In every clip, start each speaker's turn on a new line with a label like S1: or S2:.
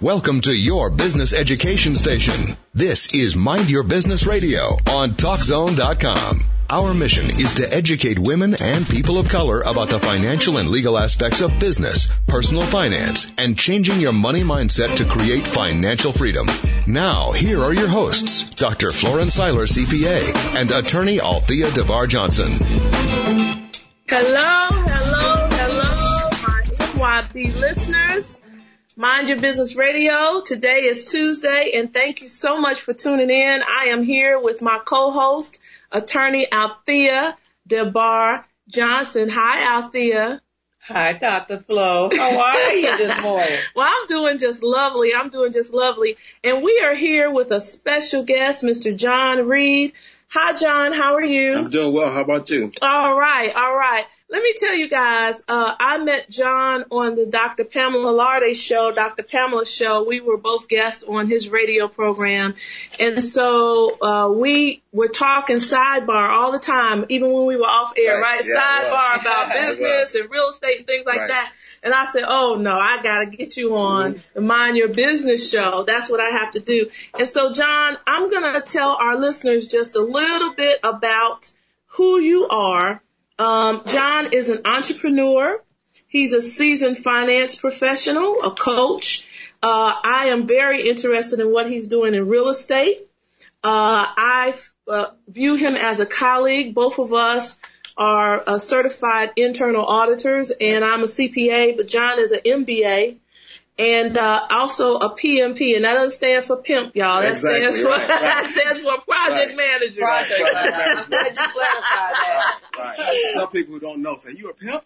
S1: Welcome to your business education station. This is Mind Your Business Radio on TalkZone.com. Our mission is to educate women and people of color about the financial and legal aspects of business, personal finance, and changing your money mindset to create financial freedom. Now, here are your hosts, Dr. Florence Seiler, CPA, and attorney Althea DeVar Johnson.
S2: Hello, hello, hello, my NYB listeners. Mind Your Business Radio. Today is Tuesday, and thank you so much for tuning in. I am here with my co-host, attorney Althea DeBar Johnson. Hi, Althea.
S3: Hi, Dr. Flo. How are you this morning?
S2: well, I'm doing just lovely. I'm doing just lovely. And we are here with a special guest, Mr. John Reed. Hi, John. How are you?
S4: I'm doing well. How about you?
S2: All right. All right let me tell you guys, uh, I met John on the Dr. Pamela Larde show, Dr. Pamela show. We were both guests on his radio program. And so, uh, we were talking sidebar all the time, even when we were off air, right? right? Yeah, sidebar about business and real estate and things like right. that. And I said, Oh no, I gotta get you on the Mind Your Business show. That's what I have to do. And so, John, I'm gonna tell our listeners just a little bit about who you are um, John is an entrepreneur. He's a seasoned finance professional, a coach. Uh, I am very interested in what he's doing in real estate. Uh, I uh, view him as a colleague. Both of us are uh, certified internal auditors, and I'm a CPA, but John is an MBA and uh, also a PMP, and that doesn't stand for pimp, y'all. That
S4: exactly,
S2: stands for
S4: right, right.
S2: that stands for project
S4: right.
S2: manager.
S3: Project
S4: manager.
S3: Glad you clarified that.
S4: Right. Some people who don't know say you a pimp.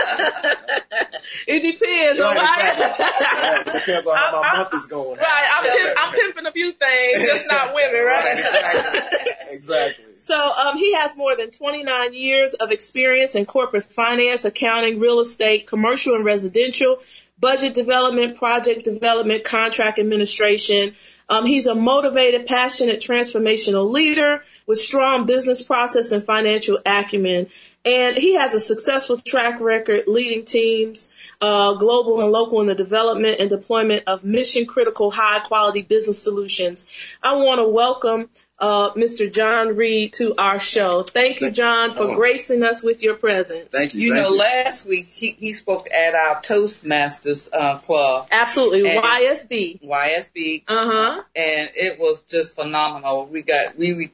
S2: it depends on
S4: Right,
S2: why.
S4: it depends on how my
S2: I'm-
S4: month is going.
S2: right, I'm, pimp, I'm pimping a few things, just not women,
S4: Right, exactly. Exactly.
S2: So um, he has more than 29 years of experience in corporate finance, accounting, real estate, commercial and residential, budget development, project development, contract administration. Um, he's a motivated, passionate, transformational leader with strong business process and financial acumen. And he has a successful track record leading teams, uh, global and local in the development and deployment of mission critical, high quality business solutions. I want to welcome uh, Mr. John Reed to our show. Thank you, John, for
S4: Oh.
S2: gracing us with your presence.
S4: Thank you.
S3: You
S4: thank
S3: know,
S4: you.
S3: last week he, he spoke at our Toastmasters uh, club,
S2: Absolutely.
S3: And-
S2: YSB.
S3: YSB,
S2: Uh huh.
S3: and it was just phenomenal. We got we re-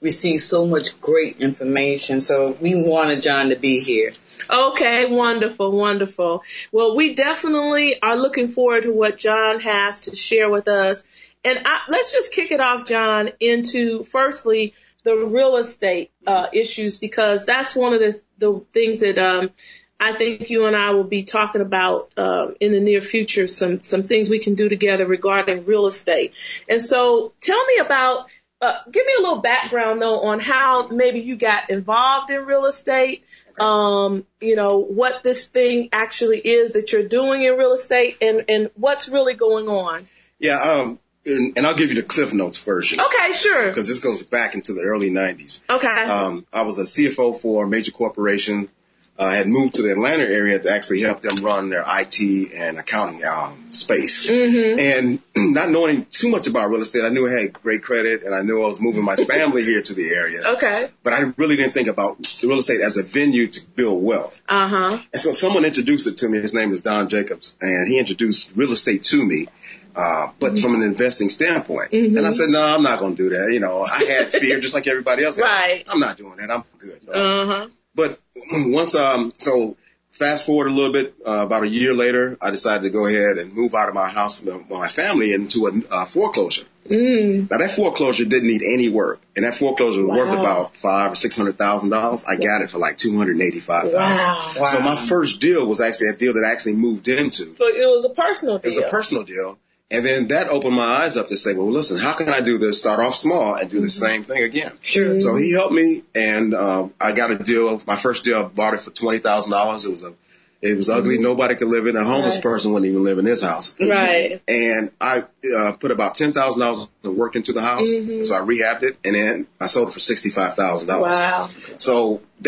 S3: received so much great information, so we wanted John to be here.
S2: Okay, wonderful, wonderful. Well, we definitely are looking forward to what John has to share with us. And I, let's just kick it off, John, into firstly the real estate uh, issues because that's one of the, the things that um, I think you and I will be talking about uh, in the near future. Some some things we can do together regarding real estate. And so, tell me about. Uh, give me a little background though on how maybe you got involved in real estate. Um, you know what this thing actually is that you're doing in real estate, and and what's really going on.
S4: Yeah. Um. And, and I'll give you the Cliff Notes version
S2: Okay, sure.
S4: because this goes back into the early '90s.
S2: Okay.
S4: Um, I was a CFO for a major corporation. Uh, I had moved to the Atlanta area to actually help them run their IT and accounting um, space. And not knowing too much about real estate, I knew I had great credit and I knew I was moving my family here to the area.
S2: okay.
S4: But I really didn't think about real estate as a venue to build wealth.
S2: Uh huh.
S4: And so someone introduced it to me. His name is Don Jacobs, and he introduced real estate to me, uh, but from an investing standpoint. And I said, no, I'm not going to do that. You know, I had fear just like everybody else.
S2: Right.
S4: I'm not doing that. I'm good. You know?
S2: Uh huh.
S4: but once um so fast forward a little bit uh, about a year later i decided to go ahead and move out of my house with my family into a uh, foreclosure
S2: Mm.
S4: now that foreclosure didn't need any work and that foreclosure was worth
S2: Wow.
S4: about five or six hundred thousand dollars i got it for like two hundred and eighty five thousand
S2: Wow.
S4: so my first deal was actually a deal that i actually moved into
S2: So it was a personal
S4: it
S2: deal.
S4: was a personal deal and then that opened my eyes up to say, well, listen, how can I do this? Start off small and do the same thing again.
S2: Mm-hmm. Sure.
S4: So he helped me, and um, I got a deal. My first deal, I bought it for twenty thousand dollars. It was a It was ugly.
S2: Mm-hmm.
S4: Nobody could live in it. A homeless
S3: Right.
S4: person wouldn't even live in his house.
S2: Right.
S4: And I uh, put about ten thousand dollars of work into the house,
S2: Mm-hmm.
S4: so I rehabbed it, and then I sold it for sixty five thousand dollars.
S2: Wow.
S4: So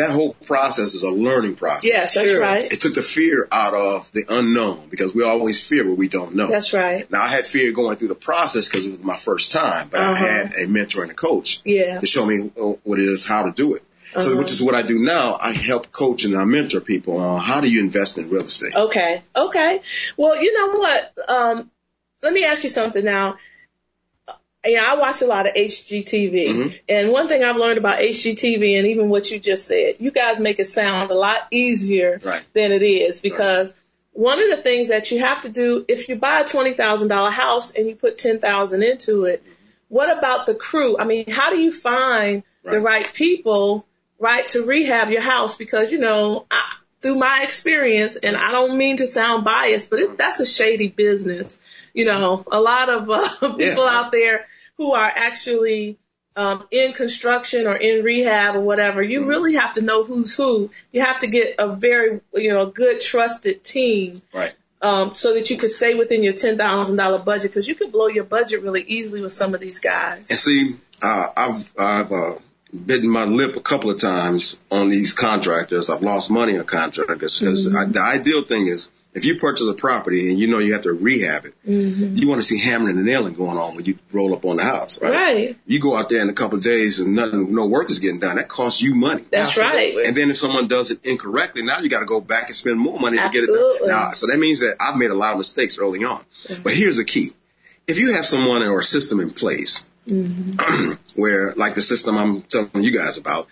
S4: that whole process is a learning process.
S2: Yes, that's
S3: Sure.
S2: right.
S4: It took the fear out of the unknown because we always fear what we don't know.
S2: That's right.
S4: Now I had fear going through the process because it was my first time, but I
S2: Uh-huh.
S4: had a mentor and a coach
S2: Yeah. Uh-huh.
S4: to show me uh, what it is, how to do it. So, which is what I do now. I help coach and I mentor people on how do you invest in real estate.
S2: Okay. Okay. Well, you know what? Um, let me ask you something now. Yeah, I watch a lot of HGTV,
S4: Mm-hmm.
S2: and one thing I've learned about HGTV, and even what you just said, you guys make it sound a lot easier
S4: Right.
S2: than it is because. One of the things that you have to do if you buy a twenty thousand dollar house and you put ten thousand into it,
S4: Mm-hmm.
S2: what about the crew? I mean, how do you find the
S4: Right.
S2: right people, right, to rehab your house? Because, you know, I, through my experience, and I don't mean to sound biased, but it, that's a shady business. You know, a lot of uh, people
S4: Yeah.
S2: out there who are actually um, in construction or in rehab or whatever, you really have to know who's who. You have to get a very, you know, good trusted team
S4: Right.
S2: um, so that you could stay within your ten thousand dollar budget because you could blow your budget really easily with some of these guys.
S4: And see, uh, I've I've uh, bitten my lip a couple of times on these contractors. I've lost money on contractors because the ideal thing is if you purchase a property and you know you have to rehab it, you want to see hammering and nailing going on when you roll up on the house, right?
S2: Right.
S4: You go out there in a couple of days and nothing, no work is getting done. That costs you money.
S2: That's
S3: Absolutely.
S2: right.
S4: And then if someone does it incorrectly, now you got to go back and spend more money to get it
S2: Absolutely. Mm-hmm.
S4: done. Now, so that means that I've made a lot of mistakes early on. But here's the key: if you have someone or a system in place,
S2: Mm-hmm.
S4: where like the system I'm telling you guys about,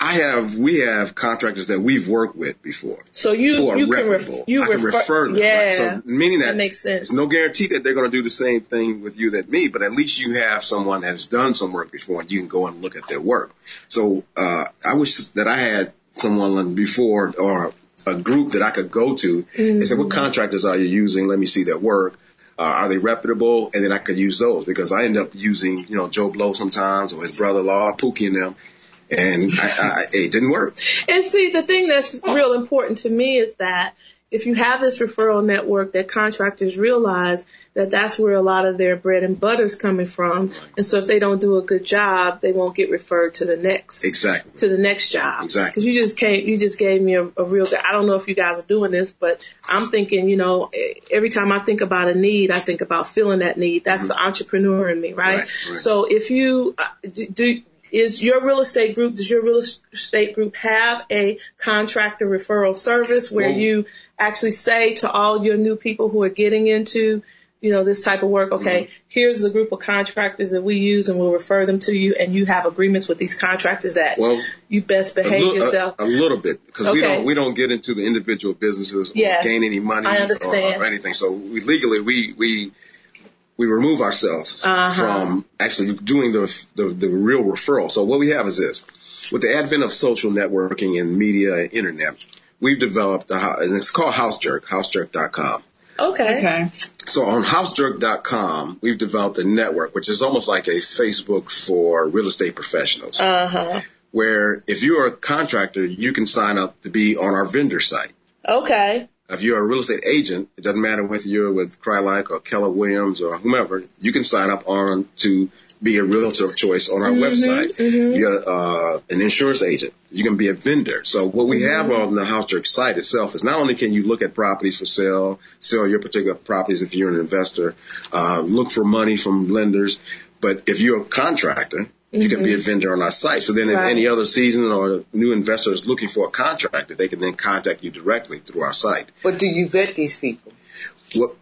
S4: I have we have contractors that we've worked with before
S2: So you
S4: who are
S2: you can
S4: reputable.
S2: ref, you
S4: I can refer, them.
S2: Yeah.
S4: right? So meaning that,
S2: That makes sense.
S4: It's no guarantee that they're going to do the same thing with you that me, but at least you have someone that has done some work before, and you can go and look at their work. So uh, I wish that I had someone before or a group that I could go to and say, "What contractors are you using? Let me see their work." Uh, are they reputable? And then I could use those because I end up using, you know, Joe Blow sometimes or his brother-in-law, Pookie and them, and I, I, it didn't work.
S2: And see, the thing that's real important to me is that if you have this referral network, that contractors realize that that's where a lot of their bread and butter's coming from. And so if they don't do a good job, they won't get referred to the next
S4: Exactly.
S2: to the next job.
S4: Exactly.
S2: Because you just came, you just gave me a, a real. I don't know if you guys are doing this, but I'm thinking, you know, eh, every time I think about a need, I think about filling that need. That's the entrepreneur in me, right?
S4: Mm-hmm. Right, right.
S2: So if you uh, do. do is your real estate group, does your real estate group have a contractor referral service where
S4: Well-
S2: you actually say to all your new people who are getting into, you know, this type of work, okay,
S4: Mm-hmm.
S2: here's the group of contractors that we use and we'll refer them to you and you have agreements with these contractors that
S4: Well,
S2: you best
S4: a uh,
S2: behave
S4: little- a-
S2: yourself.
S4: A, little bit because we
S2: Okay.
S4: don't we don't get into the individual businesses
S2: Yes.
S4: or gain any money
S2: I
S4: or-
S2: understand.
S4: Or, anything. So we legally we we we remove ourselves
S2: Uh-huh.
S4: from actually doing the, the the real referral. So what we have is this: with the advent of social networking and media and internet, we've developed a hou- and it's called House Jerk, HouseJerk.com.
S2: okay.
S3: Okay.
S4: So on HouseJerk.com, we've developed a network which is almost like a Facebook for real estate professionals
S2: Uh-huh.
S4: where if you're a contractor, you can sign up to be on our vendor site.
S2: Okay.
S4: If you're a real estate agent, it doesn't matter whether you're with Crylike or Keller Williams or whomever, you can sign up on to be a realtor of choice on our website. If you're uh, an insurance agent, you can be a vendor. So what we have on the HouseJerk site itself is not only can you look at properties for sale, sell your particular properties if you're an investor, uh, look for money from lenders, but if you're a contractor, you can be a vendor on our site. So then,
S2: Right.
S4: if any other season or new investor is looking for a contractor, they can then contact you directly through our site.
S3: But do you vet these people?
S4: Well,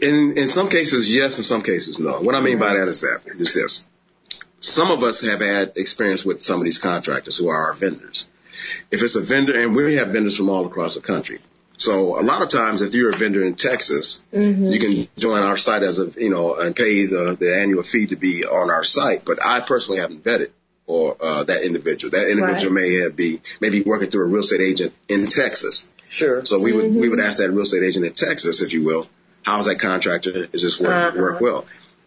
S4: in in some cases, yes. In some cases, no. What I mean by that is that is this: some of us have had experience with some of these contractors who are our vendors. If it's a vendor, and we have vendors from all across the country. So a lot of times, if you're a vendor in Texas, you can join our site as a you know and pay the, the annual fee to be on our site. But I personally haven't vetted or uh, that individual. That individual may have be maybe working through a real estate agent in Texas.
S3: Sure.
S4: So we would
S2: Mm-hmm.
S4: we would ask that real estate agent in Texas, if you will, how's that contractor? Is this work
S2: Uh-huh.
S4: work well?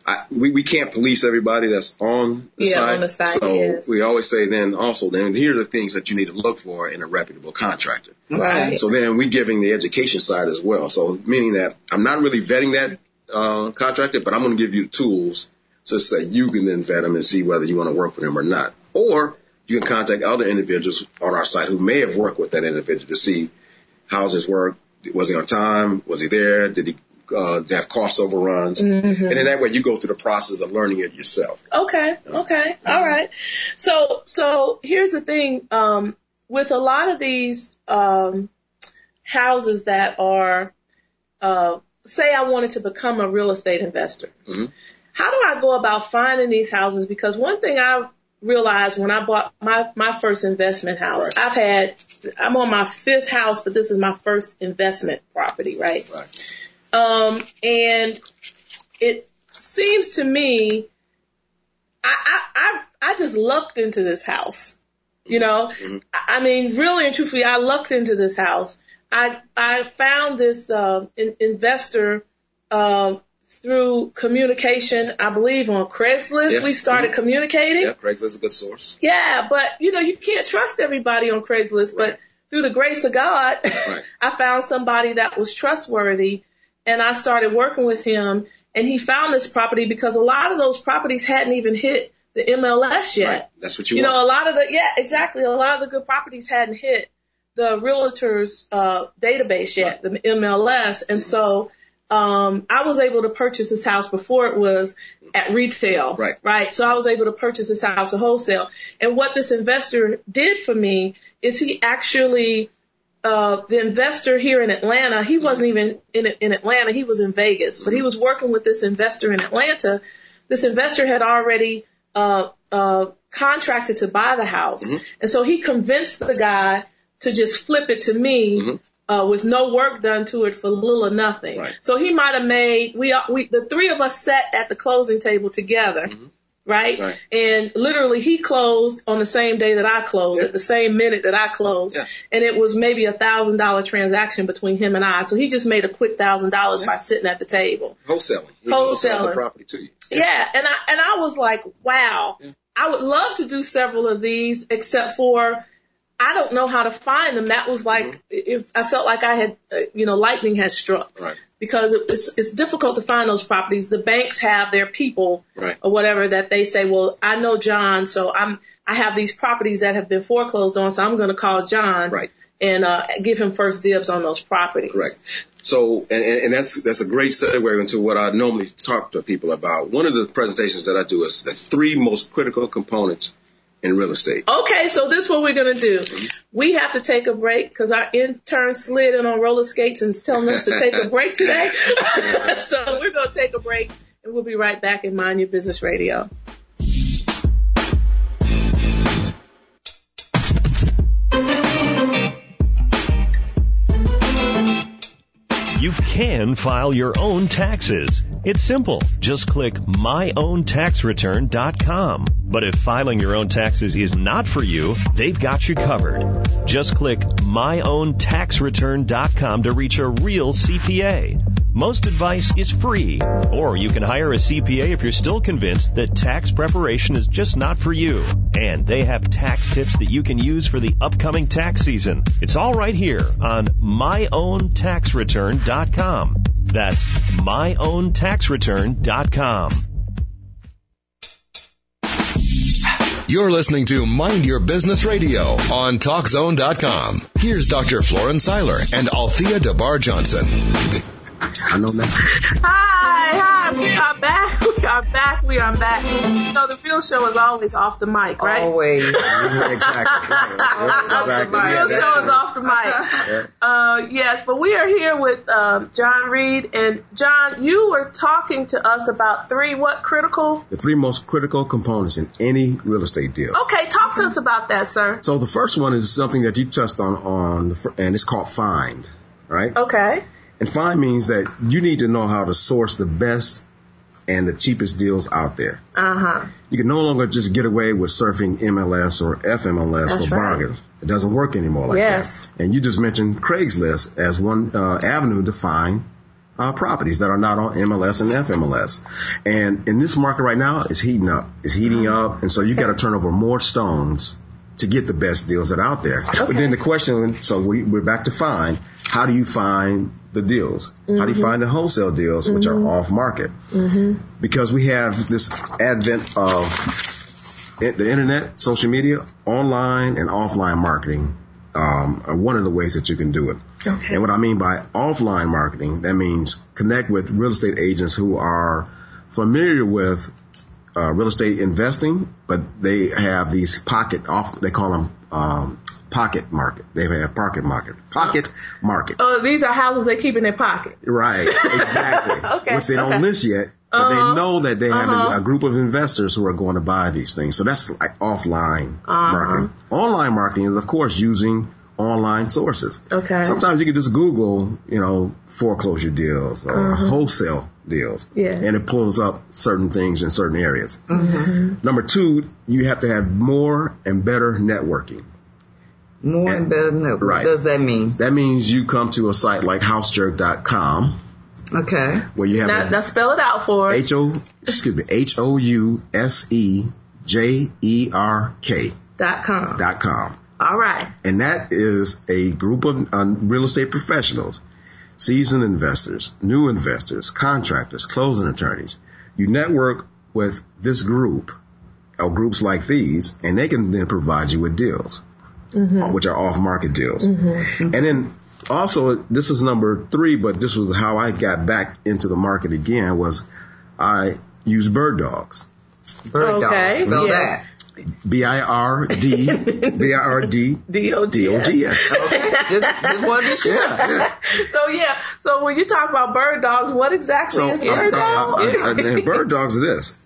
S4: I, we, we can't police everybody that's on the
S2: Yeah,
S4: site.
S2: on the site,
S4: so
S2: yes.
S4: we always say then also then here are the things that you need to look for in a reputable contractor.
S2: Right.
S4: So then we're giving the education side as well. So meaning that I'm not really vetting that uh, contractor, but I'm going to give you the tools to say you can then vet them and see whether you want to work with them or not. Or you can contact other individuals on our site who may have worked with that individual to see how's his work, was he on time, was he there, did he uh, have cost overruns, and then that way you go through the process of learning it yourself.
S2: Okay. Okay. All right. So, so here's the thing. Um, with a lot of these, um, houses that are, uh, say I wanted to become a real estate investor.
S4: Mhm.
S2: How do I go about finding these houses? Because one thing I realized when I bought my, my first investment house,
S4: Right.
S2: I've had, I'm on my fifth house, but this is my first investment property, right?
S4: Right.
S2: Um, and it seems to me, I, I, I, I just lucked into this house. You know,
S4: Mm-hmm.
S2: I I mean, really and truthfully, I lucked into this house. I, I found this, um, in, investor, um, through communication, I believe on Craigslist,
S4: Yeah. Mm-hmm.
S2: we started communicating.
S4: Yeah, Craigslist is a good source.
S2: Yeah, but you know, you can't trust everybody on Craigslist,
S4: Right.
S2: but through the grace of God, I found somebody that was trustworthy and I started working with him and he found this property because a lot of those properties hadn't even hit the MLS yet.
S4: Right. That's what you,
S2: You
S4: want.
S2: know, a lot of the yeah, exactly. A lot of the good properties hadn't hit the realtors uh, database yet, the MLS, and so um, I was able to purchase this house before it was at retail.
S4: Right.
S2: Right. So I was able to purchase this house at wholesale, and what this investor did for me is he actually. Uh, the investor here in Atlanta, he wasn't even in in Atlanta. He was in Vegas, but he was working with this investor in Atlanta. This investor had already uh, uh, contracted to buy the house. And so he convinced the guy to just flip it to me uh, with no work done to it for little or nothing.
S4: Mm-hmm. Right.
S2: So he might have made, we, we, the three of us sat at the closing table together. Right?
S4: Mm-hmm. Right.
S2: and literally he closed on the same day that I closed,
S4: Yeah.
S2: at the same minute that I closed,
S4: Yeah.
S2: and it was maybe a thousand dollar transaction between him and I. So he just made a quick thousand dollars by sitting at the table.
S4: wholesaling. You can wholesale the
S2: Wholesaling.
S4: property to you.
S2: Yeah, and I and I was like, wow, I would love to do several of these, except for I don't know how to find them. That was like,
S4: Mm-hmm.
S2: if I felt like I had, uh, you know, lightning had struck
S4: Right.
S2: because it, it's it's difficult to find those properties. The banks have their people
S4: Right.
S2: or whatever that they say. Well, I know John, so I'm I have these properties that have been foreclosed on, so I'm going to call John
S4: Right.
S2: and uh, give him first dibs on those properties.
S4: Correct. So, and, and, and that's that's a great segue into what I normally talk to people about. One of the presentations that I do is the three most critical components in real estate.
S2: Okay, so this is what we're gonna do. We have to take a break because our intern slid in on roller skates and is telling us to take a break today. so we're gonna take a break and we'll be right back in Mind Your Business Radio.
S5: You can file your own taxes. It's simple. Just click myowntaxreturn.com. But if filing your own taxes is not for you, they've got you covered. Just click myowntaxreturn.com to reach a real CPA. Most advice is free, or you can hire a CPA if you're still convinced that tax preparation is just not for you. And they have tax tips that you can use for the upcoming tax season. It's all right here on myowntaxreturn.com. That's myowntaxreturn.com.
S1: You're listening to Mind Your Business Radio on TalkZone.com. Here's Dr. Florin Seiler and Althea DeBar Johnson.
S4: I know that.
S2: Hi, hi, we are back, we are back, we are back. You know, the real show is always off the mic, right?
S3: Always.
S4: exactly. Right.
S2: Off the mic.
S3: Yeah,
S2: real
S3: that-
S2: show is off the mic. Uh, yes, but we are here with um, John Reed and John. You were talking to us about three what critical
S4: The three most critical components in any real estate deal.
S2: Okay, talk to us about that, sir.
S4: So the first one is something that you touched on on the fir- and it's called find, right?
S2: Okay.
S4: And find means that you need to know how to source the best and the cheapest deals out there.
S2: Uh huh.
S4: You can no longer just get away with surfing MLS or FMLS
S2: That's
S4: for
S2: right.
S4: bargains. It doesn't work anymore like
S2: Yes.
S4: that. And you just mentioned Craigslist as one uh, avenue to find uh, properties that are not on MLS and FMLS. And in this market right now, it's heating up. It's heating up, and so you got to turn over more stones to get the best deals that are out there. But then the question, so we, we're back to find, how do you find the deals? How do you find the wholesale deals, which are off market? Because we have this advent of it- the internet, social media, online and offline marketing um, are one of the ways that you can do it.
S2: Okay.
S4: And what I mean by offline marketing, that means connect with real estate agents who are familiar with uh, real estate investing, but they have these pocket off. They call them um, pocket market. They have pocket market, pocket markets.
S2: Oh, these are houses they keep in their pocket.
S4: Right, exactly.
S2: Okay,
S4: Which they don't
S2: okay.
S4: list yet, but
S3: Uh-huh.
S4: they know that they have a, a group of investors who are going to buy these things. So that's like offline
S3: Uh-huh.
S4: marketing. Online marketing is, of course, using online sources.
S2: Okay.
S4: Sometimes you can just Google, you know, foreclosure deals or
S3: Uh-huh.
S4: wholesale deals,
S2: Yes.
S4: and it pulls up certain things in certain areas.
S3: Mm-hmm.
S4: Number two, you have to have more and better networking.
S3: More and better network.
S4: Right.
S3: What does that mean?
S4: That means you come to a site like housejerk.com
S3: Okay.
S4: where you have
S2: Now,
S4: a-
S2: now spell it out for us.
S4: H O excuse me H O U S E J E R K
S2: dot com.
S4: dot com,
S2: All right.
S4: and that is a group of uh, real estate professionals, seasoned investors, new investors, contractors, closing attorneys. You network with this group or groups like these, and they can then provide you with deals, uh, which are off market deals. And then also, this is number three, but this was how I got back into the market again was I use bird dogs.
S3: Bird
S2: Okay,
S3: dogs. Spell
S2: yeah.
S3: that.
S4: B I R D B I R D
S2: D O
S4: D O G S.
S3: Just, just one of these-
S4: Yeah, yeah.
S2: So yeah. So when you talk about bird dogs, what exactly
S4: So
S2: is
S4: I'm-
S2: bird
S4: I'm-
S2: dog?
S4: I'm- I'm- and bird dogs are this.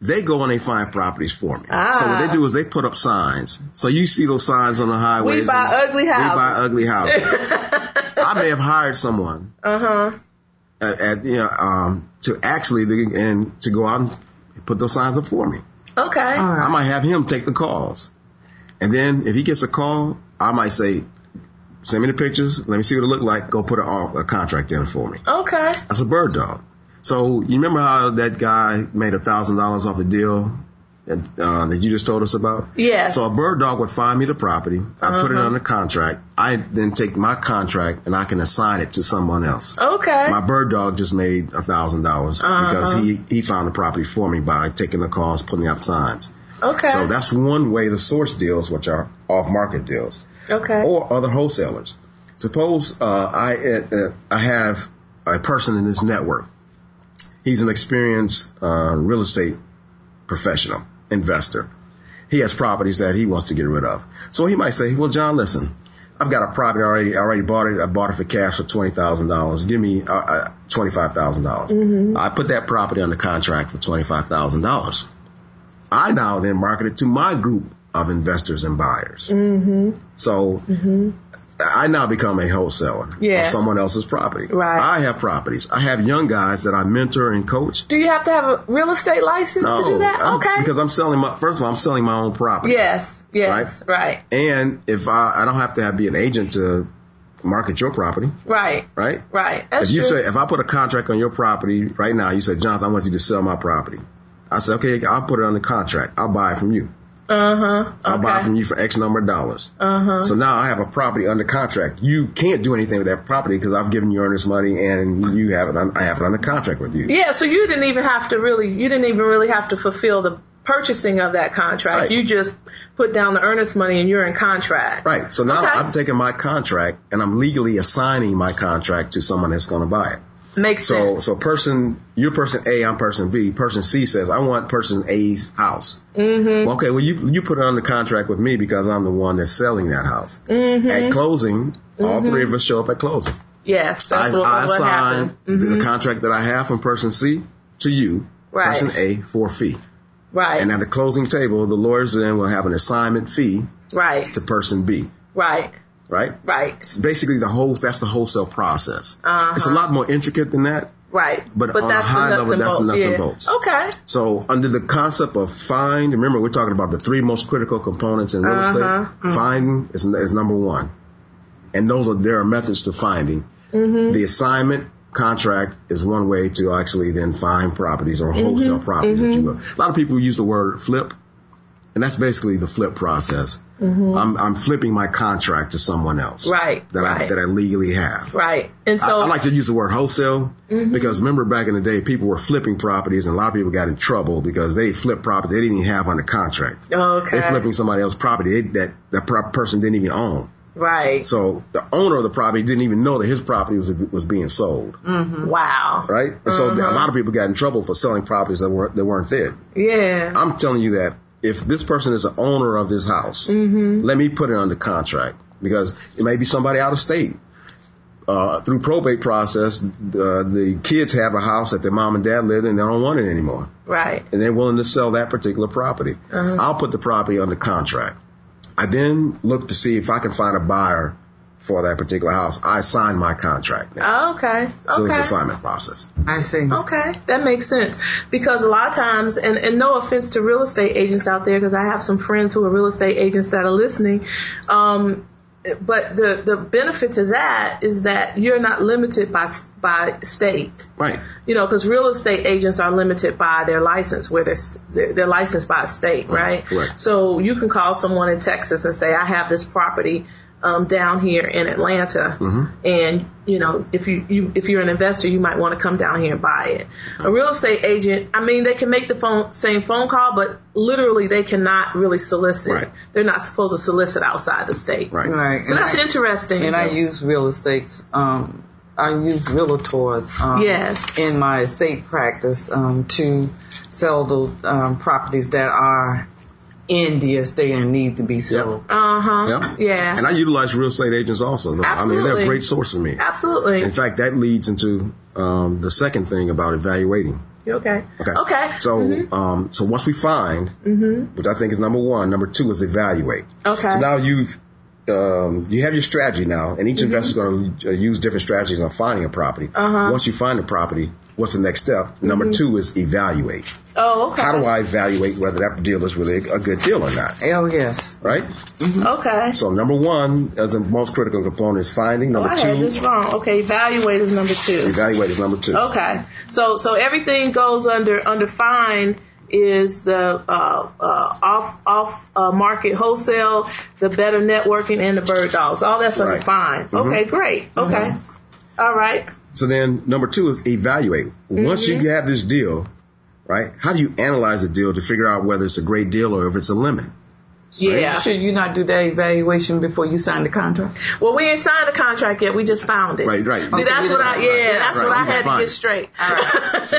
S4: They go and they find properties for me. So what
S2: Ah.
S4: they do is they put up signs. So you see those signs on the highways.
S2: We buy
S4: and-
S2: ugly
S4: We buy
S2: houses.
S4: ugly houses. I may have hired someone. Uh
S2: Uh-huh.
S4: At, at you know um to actually and to go out and put those signs up for me.
S2: Okay.
S4: I might have him take the calls. And then if he gets a call, I might say, send me the pictures. Let me see what it looked like. Go put a, a contract in for me.
S2: Okay.
S4: That's a bird dog. So you remember how that guy made a thousand dollars off the deal that, uh, that you just told us about?
S2: Yeah.
S4: So a bird dog would find me the property. I put it under contract. I then take my contract and I can assign it to someone else.
S2: okay.
S4: My bird dog just made a thousand dollars because he, he found the property for me by taking the calls, putting up signs.
S2: okay.
S4: So that's one way to source deals, which are off market deals
S2: okay.
S4: or other wholesalers. Suppose uh, I uh, I have a person in this network. He's an experienced uh, real estate professional investor. He has properties that he wants to get rid of. So he might say, "Well, John, listen, I've got a property already. I already bought it. I bought it for cash for twenty thousand dollars. Give me uh, uh, twenty dollars.
S2: Mm-hmm.
S4: I put that property under contract for twenty five thousand dollars. I now then market it to my group of investors and buyers.
S2: Mm-hmm.
S4: So I now become a wholesaler
S2: Yeah.
S4: of someone else's property.
S2: Right.
S4: I have properties. I have young guys that I mentor and coach.
S2: do you have to have a real estate license
S4: No,
S2: to do that?
S4: I'm-
S2: okay.
S4: because I'm selling my. First of all, I'm selling my own property.
S2: yes. Yes. Right.
S4: And if I, I don't have to have, be an agent to market your property,
S2: Right. Right.
S4: right?
S2: That's
S4: if you
S2: true.
S4: say if I put a contract on your property right now, you say, Jonathan, I want you to sell my property. I say, okay, I'll put it under contract. I'll buy it from you.
S2: uh huh.
S4: I'll buy
S2: Okay. Uh-huh.
S4: from you for X number of dollars. So now I have a property under contract. You can't do anything with that property because I've given you earnest money and you have it. un- I have it under contract with you.
S2: Yeah, so you didn't even have to really, you didn't even really have to fulfill the purchasing of that contract.
S4: Right.
S2: You just put down the earnest money and you're in contract.
S4: Right. So now
S2: Okay.
S4: I'm taking my contract and I'm legally assigning my contract to someone that's going to buy it.
S2: Makes
S4: So,
S2: sense.
S4: so person, you're person A, I'm person B. Person C says, I want person A's house. Mm-hmm. okay, well, you, you put it under contract with me because I'm the one that's selling that house.
S2: Mm-hmm.
S4: At closing, all three of us show up at closing.
S2: yes,
S4: I,
S2: Mm-hmm. that's what,
S4: I
S2: what
S4: assign
S2: happened. Mm-hmm.
S4: the- the contract that I have from person C to you,
S2: Right.
S4: person A, for a fee.
S2: Right,
S4: And at the closing table, the lawyers then will have an assignment fee
S2: right,
S4: to person B,
S2: right,
S4: right?
S2: right,
S4: It's basically the whole, that's the wholesale process. It's
S2: Uh-huh.
S4: a lot more intricate than that.
S2: right.
S4: But on a
S2: that's the
S4: high
S2: nuts
S4: level,
S2: and
S4: that's the
S2: bolts.
S4: nuts
S2: yeah.
S4: and bolts.
S2: Okay,
S4: So under the concept of find, remember we're talking about the three most critical components in real
S2: Uh-huh. Mm.
S4: estate. Finding
S2: Mm-hmm.
S4: is, is number one. And those are, there are methods to finding. The assignment contract is one way to actually then find properties or
S2: Mm-hmm.
S4: wholesale properties, if you will. A lot of people use the word flip, and that's basically the flip process. I'm, I'm flipping my contract to someone else
S2: Mm-hmm. Right,
S4: that I
S2: right.
S4: that I legally have.
S2: Right. And
S4: I,
S2: so Mm-hmm.
S4: I like to use the word wholesale because remember back in the day, people were flipping properties, and a lot of people got in trouble because they flipped property they didn't even have under contract.
S2: okay.
S4: They're flipping somebody else's property they, that that pro- person didn't even own.
S2: Right.
S4: So the owner of the property didn't even know that his property was was being sold,
S2: Mm. wow.
S4: right? And so
S2: Mm-hmm.
S4: a lot of people got in trouble for selling properties that weren't that weren't there.
S2: Yeah.
S4: I'm telling you that if this person is the owner of this house,
S2: Mm-hmm.
S4: let me put it under contract because it may be somebody out of state. Uh, through probate process, the, the kids have a house that their mom and dad live in, and they don't want it anymore,
S2: right.
S4: and they're willing to sell that particular property.
S2: Uh-huh.
S4: I'll put the property under contract. I then look to see if I can find a buyer for that particular house. I sign my contract now,
S2: Okay. Oh, Okay.
S4: so it's assignment process.
S3: I see.
S2: Okay, that makes sense because a lot of times, and, and no offense to real estate agents out there, because I have some friends who are real estate agents that are listening. Um, but the the benefit to that is that you're not limited by by state.
S4: Right.
S2: You know, because real estate agents are limited by their license, where they're, they're they're licensed by a state, right?
S4: correct.
S2: So you can call someone in Texas and say, "I have this property um, down here in Atlanta,
S4: Mm-hmm.
S2: and you know, if you, you if you're an investor, you might want to come down here and buy it." A real estate agent, I mean, they can make the phone same phone call, but literally they cannot really solicit.
S4: Right.
S2: They're not supposed to solicit outside the state.
S4: Right.
S3: Right.
S2: So
S3: and
S2: that's
S3: I,
S2: interesting.
S3: And I use real estate. Um, I use realtors. Um,
S2: Yes.
S3: In my estate practice, um, to sell those um, properties that are in the estate and need to be sold.
S2: uh huh.
S4: Yeah.
S2: Yeah.
S4: And I utilize real estate agents also. though. I mean, they're
S2: Absolutely.
S4: a great source for me.
S2: Absolutely.
S4: In fact, that leads into um, the second thing about evaluating.
S2: You okay?
S4: Okay.
S2: Okay. Mm-hmm.
S4: So, um, so once we find, which I think is number one, number two is evaluate.
S2: Okay.
S4: So now you've um, you have your strategy now, and each
S2: Mm-hmm.
S4: investor's going to use different strategies on finding a property.
S2: Uh-huh. Mm-hmm.
S4: Once you find a property, what's the next step? Number two is evaluate.
S2: oh, okay.
S4: How do I evaluate whether that deal is really a good deal or not?
S3: Oh yes.
S4: Right.
S2: Okay.
S4: So number one, as the most critical component, is finding. Number
S2: I
S4: two,
S2: had this wrong. Okay, evaluate is number two.
S4: evaluate is number two.
S2: Okay, so so everything goes under under fine is the uh, uh, off off uh, market wholesale, the better networking, and the bird dogs. All that's under
S4: Right. Mm-hmm.
S2: fine. Okay, great. Okay, All right.
S4: So then number two is evaluate.
S2: Mm-hmm.
S4: Once you have this deal, right, how do you analyze the deal to figure out whether it's a great deal or if it's a lemon?
S2: Yeah.
S3: Should you not do that evaluation before you sign the contract?
S2: Well, we ain't signed the contract yet. We just found it.
S4: Right, right.
S2: See, that's what I yeah. That's
S4: Right,
S2: what I
S4: we just
S2: had to
S4: found
S2: get
S4: it.
S2: straight.
S4: So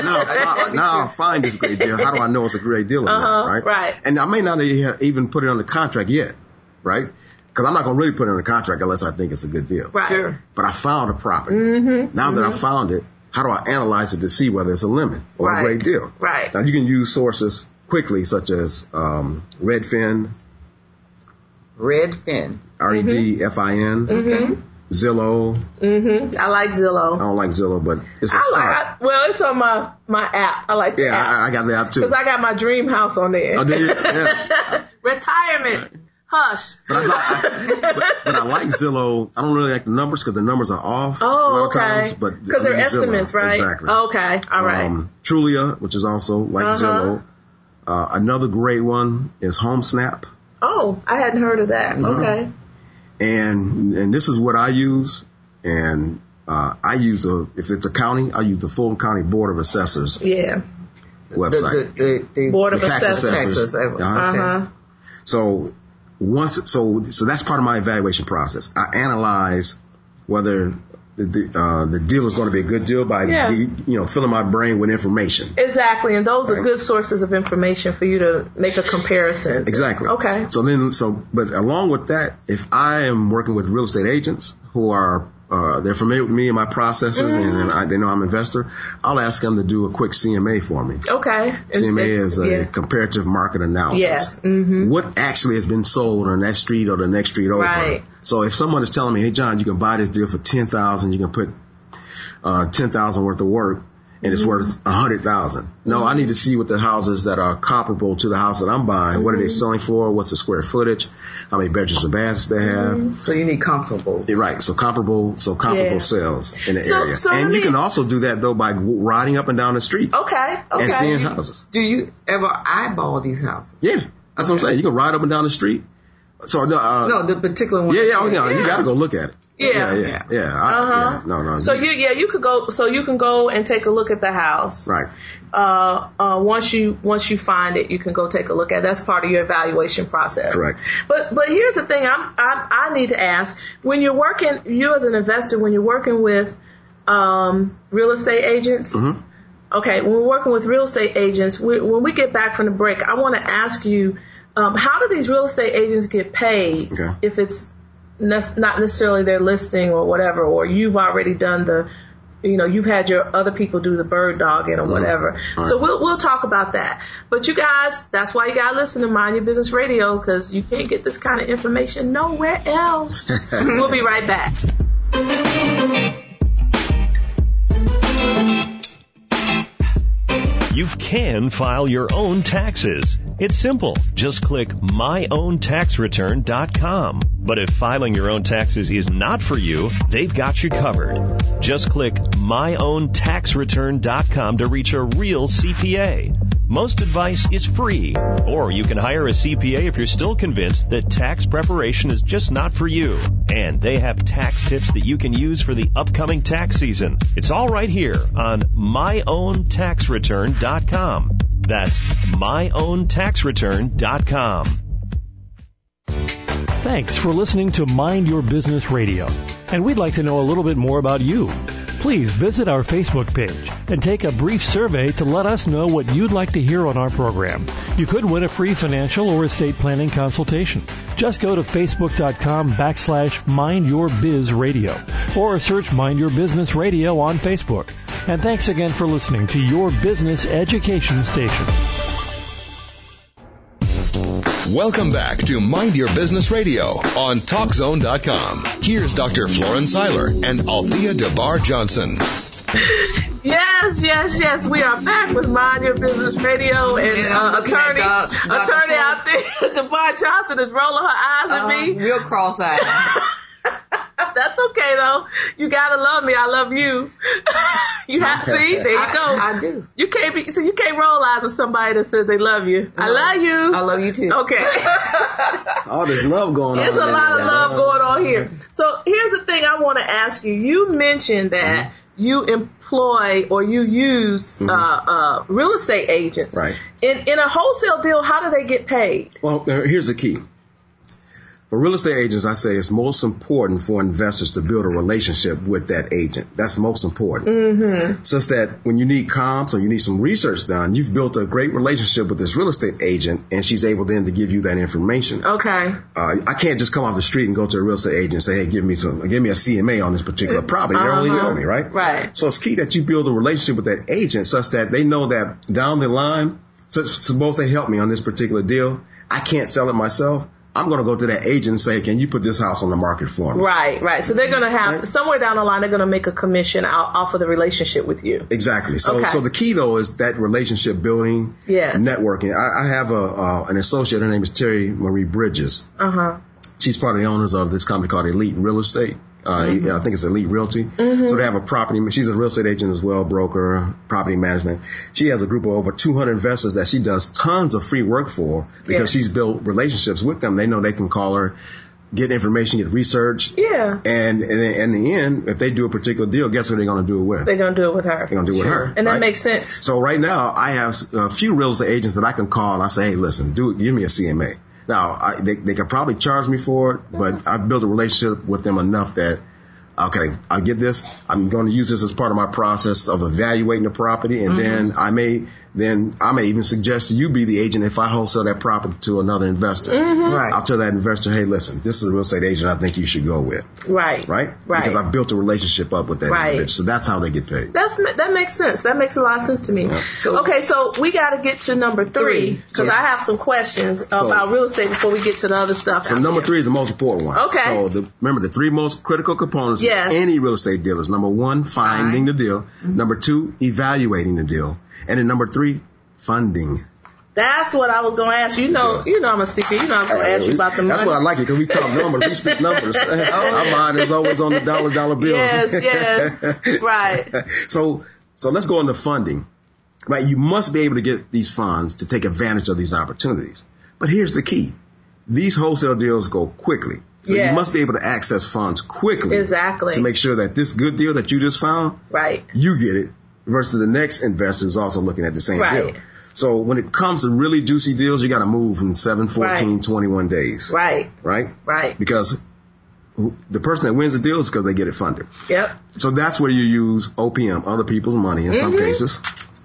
S4: now, if I, now I find this great deal. How do I know it's a great deal or not,
S2: Uh-huh,
S4: right?
S2: right.
S4: And I may not e- even put it on the contract yet, right? Because I'm not going to really put it on the contract unless I think it's a good deal.
S2: Right.
S3: Sure.
S4: But I found a property. Mm-hmm, now that I found it, how do I analyze it to see whether it's a lemon or
S2: Right.
S4: a great deal?
S2: Right.
S4: Now you can use sources quickly, such as um, Redfin,
S3: Redfin.
S4: R E
S2: Mm-hmm.
S4: D F I N, Zillow.
S2: I like Zillow.
S4: I don't like Zillow, but it's a
S2: I like.
S4: start.
S2: I, well, it's on my my app. I like. the
S4: Yeah,
S2: app.
S4: I, I got that out too.
S2: Cause I got my dream house on there.
S4: Oh, do you? Yeah.
S2: Retirement. Hush.
S4: But I, like- I- but, but I like Zillow. I don't really like the numbers because the numbers are off a lot
S2: Oh,
S4: of
S2: okay.
S4: times. But
S2: Because they're
S4: I mean, Zillow,
S2: estimates, right?
S4: Exactly.
S2: Okay. All right.
S4: Um, Trulia, which is also like
S2: Uh-huh.
S4: Zillow. Uh, another great one is HomeSnap,
S2: oh, I hadn't heard of that.
S4: Mm-hmm.
S2: Okay.
S4: and and this is what I use. And uh, I use the if it's a county, I use the Fulton County Board of Assessors
S2: Yeah.
S3: The,
S4: website.
S3: the, the, the
S2: Board
S4: The
S2: of
S4: tax
S2: assessors.
S4: assessors.
S3: Taxes.
S4: Uh-huh.
S2: Uh
S3: Okay.
S2: huh.
S4: So once, so so that's part of my evaluation process. I analyze whether the the, uh, the deal is going to be a good deal by
S2: Yeah.
S4: the, you know filling my brain with information.
S2: Exactly. And those are
S4: Right.
S2: good sources of information for you to make a comparison.
S4: Exactly.
S2: Okay.
S4: So then, so but along with that, if I am working with real estate agents who are uh, they're familiar with me and my processes,
S2: Mm-hmm.
S4: and, and I, they know I'm an investor, I'll ask them to do a quick CMA for me.
S2: Okay.
S4: CMA is a
S2: Yeah.
S4: comparative market analysis.
S2: Yes, mhm.
S4: What actually has been sold on that street or the next street over?
S2: Right.
S4: So if someone is telling me, "Hey, John, you can buy this deal for ten thousand, you can put uh, ten thousand worth of work," and
S2: Mm-hmm.
S4: it's worth a hundred thousand. No, I need to see what the houses that are comparable to the house that I'm buying. What
S2: Mm-hmm.
S4: are they selling for? What's the square footage? How many bedrooms and baths they have?
S3: So you need comfortable.
S4: You're Right. So comparable. So comparable
S2: Mm-hmm. Yeah.
S4: sales in the
S2: So-
S4: area.
S2: so
S4: and
S2: let
S4: you
S2: me-
S4: can also do that though by w- riding up and down the street
S2: Okay. Okay.
S4: and seeing houses.
S3: Do you ever eyeball these houses?
S4: Yeah, that's what I'm saying. You can ride up and down the street. So no, uh,
S3: No, the particular one.
S4: yeah, yeah, oh, yeah, You
S2: Yeah.
S4: got to go look at it.
S2: Yeah.
S4: yeah, yeah. yeah. I-
S2: Uh-huh.
S4: yeah. No, no.
S2: So you yeah you could go so you can go and take a look at the house.
S4: right.
S2: Uh, uh, once you once you find it, you can go take a look at. it. That's part of your evaluation process.
S4: Correct.
S2: But but here's the thing I'm, I I need to ask when you're working you as an investor when you're working with um, real estate agents. Okay, when we're working with real estate agents, we, when we get back from the break, I want to ask you um, how do these real estate agents get paid
S4: Okay.
S2: if it's nec- not necessarily their listing or whatever, or you've already done the you know, you've had your other people do the bird dogging or whatever. So we'll we'll talk about that. But you guys, that's why you gotta listen to Mind Your Business Radio because you can't get this kind of information nowhere else. we'll be right back.
S5: You can file your own taxes. It's simple. Just click myowntaxreturn.com. But if filing your own taxes is not for you, they've got you covered. Just click myowntaxreturn.com to reach a real CPA. Most advice is free, or you can hire a CPA if you're still convinced that tax preparation is just not for you. And they have tax tips that you can use for the upcoming tax season. It's all right here on myowntaxreturn.com. That's myowntaxreturn.com.
S6: Thanks for listening to Mind Your Business Radio. And we'd like to know a little bit more about you. Please visit our Facebook page and take a brief survey to let us know what you'd like to hear on our program. You could win a free financial or estate planning consultation. Just go to facebook.com backslash Mind Your Biz Radio or search Mind Your Business Radio on Facebook. And thanks again for listening to Your Business Education Station.
S1: Welcome back to Mind Your Business Radio on TalkZone.com. Here's Dr. Florin Seiler and Althea DeBar Johnson.
S2: Yes, yes, yes. We are back with Mind Your Business Radio, and
S3: Yeah, I'm
S2: uh,
S3: looking at
S2: attorney,
S3: Doc- Dr.
S2: attorney
S3: Paul.
S2: out there, Debar Johnson is rolling her eyes at
S3: Uh,
S2: me.
S3: real cross-eyed.
S2: That's okay though. You gotta love me. I love you. you have see. There you
S3: I-
S2: go.
S3: I do.
S2: You can't be. So you can't roll eyes at somebody that says they love you. I love you.
S3: I love you too.
S2: Okay.
S4: All this love going on.
S2: There's a
S4: in
S2: lot of
S4: there.
S2: love going on here. So here's the thing I want to ask you. You mentioned that
S4: Mm-hmm.
S2: you employ or you use uh, uh, real estate agents.
S4: Right.
S2: In in a wholesale deal, how do they get paid?
S4: Well, uh, here's the key. For real estate agents, I say it's most important for investors to build a relationship with that agent. That's most important. Mm-hmm. Such that when you need comps or you need some research done, you've built a great relationship with this real estate agent, and she's able then to give you that information.
S2: Okay.
S4: Uh, I can't just come off the street and go to a real estate agent and say, "Hey, give me some, give me a CMA on this particular property." They don't really know me, right?
S2: Uh-huh. Right.
S4: So it's key that you build a relationship with that agent such that they know that down the line, such suppose they help me on this particular deal, I can't sell it myself. I'm going to go to that agent and say, "Can you put this house on the market for me?"
S2: Right. Right. So they're gonna have
S4: Mm-hmm. Right.
S2: somewhere down the line they're gonna make a commission out off of the relationship with you.
S4: Exactly. So,
S2: Okay.
S4: so the key though is that relationship building,
S2: Yes.
S4: networking. I, I have a uh, an associate. Her name is Terry Marie Bridges.
S2: Uh huh.
S4: she's part of the owners of this company called Elite Real Estate. Uh,
S2: Mm-hmm.
S4: I think it's Elite Realty. So they have a property. She's a real estate agent as well, broker, property management. She has a group of over 200 investors that she does tons of free work for because
S2: Yeah.
S4: she's built relationships with them. They know they can call her, get information, get research,
S2: Yeah.
S4: and and in the end, if they do a particular deal, guess who they're going to do it with?
S2: They're gonna do it with her.
S4: They're going to do it with her.
S2: And that
S4: right?
S2: makes sense.
S4: So right now, I have a few real estate agents that I can call and I say, hey, listen, do give me a CMA. Now, I, they, they could probably charge me for it, but I've built a relationship with them enough that, okay,
S2: Mm-hmm.
S4: I get this. I'm going to use this as part of my process of evaluating the property. And then I may then I may even suggest you be the agent if I wholesale that property to another investor.
S2: Mm-hmm.
S3: Right.
S4: I'll tell that investor, hey, listen, this is a real estate agent I think you should go with,
S2: Right.
S4: right?
S2: Right.
S4: Because I've built a relationship up with that
S2: Right.
S4: individual. So that's how they get paid.
S2: That's that makes sense. That makes a lot of sense to me.
S3: So-
S2: okay, so we got to get to number three
S3: Three.
S2: because I have some questions about real estate before we get to the other stuff.
S4: So number three is the most important one.
S2: Okay.
S4: So the, remember the three most critical components
S2: Yes. Mm-hmm.
S4: of any real estate deal is number one, finding the deal. Number two, evaluating the deal. And then number three, funding.
S2: That's what I was going to ask you. You know, you know I'm a secret. You know I'm going to ask you about the money. Oh,
S4: That's why I like it because we talk numbers. we speak numbers. Our mind is always on the dollar dollar bill.
S2: Yes, yes, right.
S4: so so let's go into funding. Right, you must be able to get these funds to take advantage of these opportunities. But here's the key. These wholesale deals go quickly. So
S2: Yes.
S4: you must be able to access funds quickly
S2: Exactly.
S4: to make sure that this good deal that you just found,
S2: Right.
S4: you get it versus the next investor is also looking at the same
S2: Right.
S4: deal. So when it comes to really juicy deals, you got to move in 7, 14,
S2: Right.
S4: 21 days.
S2: Right.
S4: Right?
S2: Right.
S4: Because who- the person that wins the deal is because they get it funded.
S2: Yep.
S4: So that's where you use OPM, other people's money in some cases.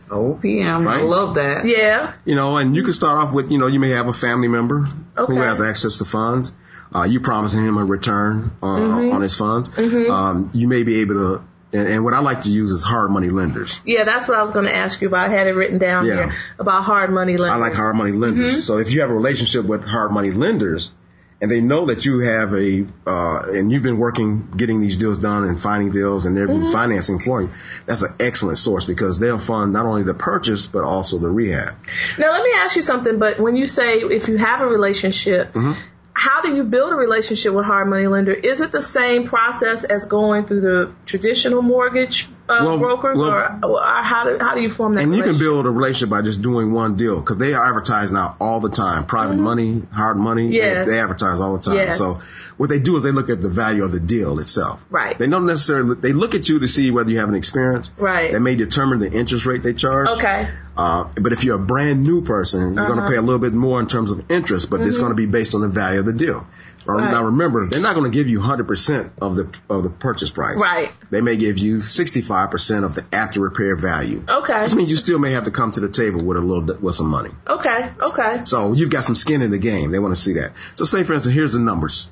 S3: OPM. I
S4: Right.
S3: love that.
S2: Yeah.
S4: You know, and you can start off with, you know, you may have a family member
S2: Okay.
S4: who has access to funds. Uh, you promising him a return uh, on his funds. Um, you may be able to, and, and what I like to use is hard money lenders.
S2: Yeah, that's what I was going to ask you about. I had it written down
S4: Yeah.
S2: here about hard money lenders.
S4: I like hard money lenders. So if you have a relationship with hard money lenders, and they know that you have a, uh, and you've been working getting these deals done and finding deals, and they're financing for you. That's an excellent source because they'll fund not only the purchase but also the rehab.
S2: Now, let me ask you something. But when you say if you have a relationship,
S4: Mm-hmm.
S2: how do you build a relationship with hard money lender? Is it the same process as going through the traditional mortgage uh,
S4: Well,
S2: brokers,
S4: well-
S2: or, or how do how do you form that?
S4: And you can
S2: relationship?
S4: build a relationship by just doing one deal because they advertise now all the time. Private money, hard money, they-
S2: Mm-hmm. Yes.
S4: they, advertise all the time.
S2: Yes.
S4: So what they do is they look at the value of the deal itself.
S2: Right.
S4: They don't necessarily, they look at you to see whether you have an experience.
S2: Right.
S4: They may determine the interest rate they charge.
S2: Okay. Uh-huh.
S4: Uh, but if you're a brand new person, you're going to pay a little bit more in terms of interest, but it's going to be based on the value of the deal. Or-
S2: Mm-hmm. Right.
S4: Now remember, they're not going to give you 100% of the of the purchase price.
S2: Right.
S4: They may give you 65% of the after repair value.
S2: Okay.
S4: Which means you still may have to come to the table with a little with some money.
S2: Okay. Okay.
S4: So you've got some skin in the game. They want to see that. So say for instance, here's the numbers.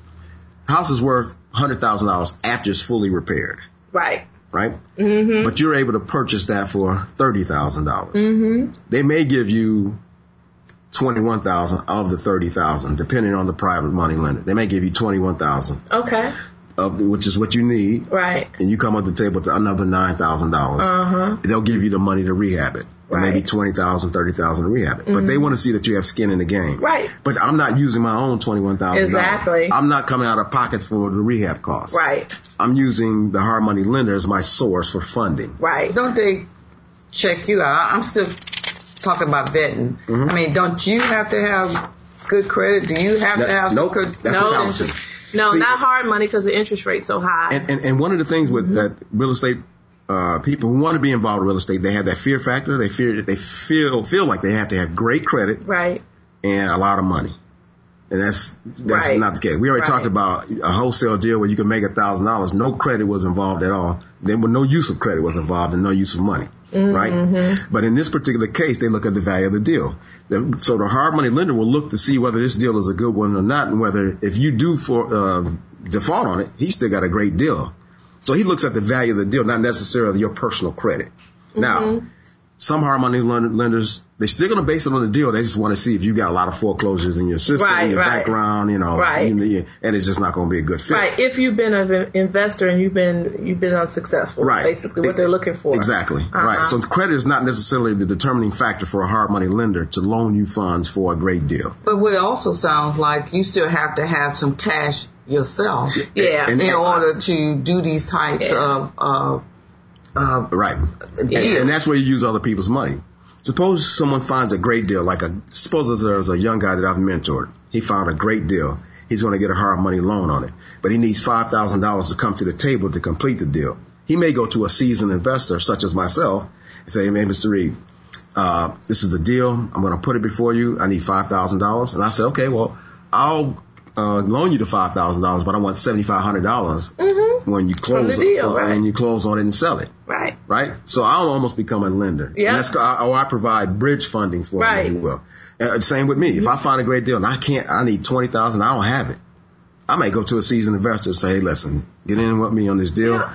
S4: House is worth hundred thousand dollars after it's fully repaired,
S2: Right.
S4: right? Mm-hmm. But you're able to purchase that for thirty dollars. Mm-hmm. They may give you twenty one thousand of the thirty thousand, depending on the private money lender. They may give you twenty one thousand
S2: Okay.
S4: of which is what you need
S2: Right.
S4: and you come up to the table to another nine dollars, they'll give you the money to rehab it. Or
S2: Uh-huh. Right. Mm-hmm.
S4: Maybe twenty thousand, thirty thousand to rehab it. But they want to see that you have skin in the game.
S2: Right.
S4: But I'm not using my own twenty one thousand
S2: Exactly.
S4: I'm not coming out of pocket for the rehab costs.
S2: Right.
S4: I'm using the hard money lender as my source for funding.
S2: Right.
S3: Don't they check you out? I'm still talking about vetting.
S4: Mm-hmm.
S3: I mean, don't you have to have good credit? Do you have to
S4: That-
S3: have
S4: nope,
S3: some good?
S4: that's what Allison said.
S2: No,
S4: See-
S2: not hard money because the interest rate's so high.
S4: And, and and one of the things
S2: Mm-hmm.
S4: with that real estate uh, people who want to be involved in real estate, they have that fear factor. They fear they feel feel like they have to have great credit.
S2: right.
S4: and a lot of money. And that's that's
S2: Right.
S4: not the case. We already
S2: Right.
S4: talked about a wholesale deal where you can make a thousand dollars, no credit was involved at all. Then when no use of credit was involved and no use of money.
S2: Mm-hmm.
S4: Right? But in this particular case, they look at the value of the deal. The- So the hard money lender will look to see whether this deal is a good one or not and whether if you do for uh, default on it, he still got a great deal. So he looks at the value of the deal, not necessarily your personal credit. Now,
S2: Mm-hmm.
S4: some hard money lend- lenders, they're still going to base it on the deal. They just want to see if you got a lot of foreclosures in your system,
S2: Right,
S4: in your
S2: right.
S4: background, you know,
S2: Right.
S4: you know, you- and it's just not going to be a good fit.
S2: Right. If you've been an investor and you've been you've been unsuccessful,
S4: Right.
S2: basically what they're looking for. Uh-huh.
S4: Exactly. Right. So credit is not necessarily the determining factor for a hard money lender to loan you funds for a great deal.
S3: But what it also sounds like you still have to have some cash yourself
S2: Yeah.
S4: And-
S3: in order to do these types of uh, uh,
S4: Right. And, and that's where you use other people's money. Suppose someone finds a great deal, like a, suppose there's a young guy that I've mentored. He found a great deal. He's going to get a hard money loan on it, but he needs $5,000 to come to the table to complete the deal. He may go to a seasoned investor such as myself and say, hey, Mr. Reed, uh, this is the deal. I'm going to put it before you. I need $5,000. And I say, okay, well, I'll, uh, loan you the $5,000, but I want $7,500 when you close,
S2: Mm-hmm. deal, right.
S4: when you close on it and sell it.
S2: Right.
S4: right? So I'll almost become a lender.
S2: Yeah.
S4: And that's, I- or I provide bridge funding for
S2: Right.
S4: them, if you will. Uh, same with
S3: Mm-hmm.
S4: me. If I find a great deal and I can't, I need 20000 I don't have it. I might go to a seasoned investor and say, hey, listen, get in with me on this deal.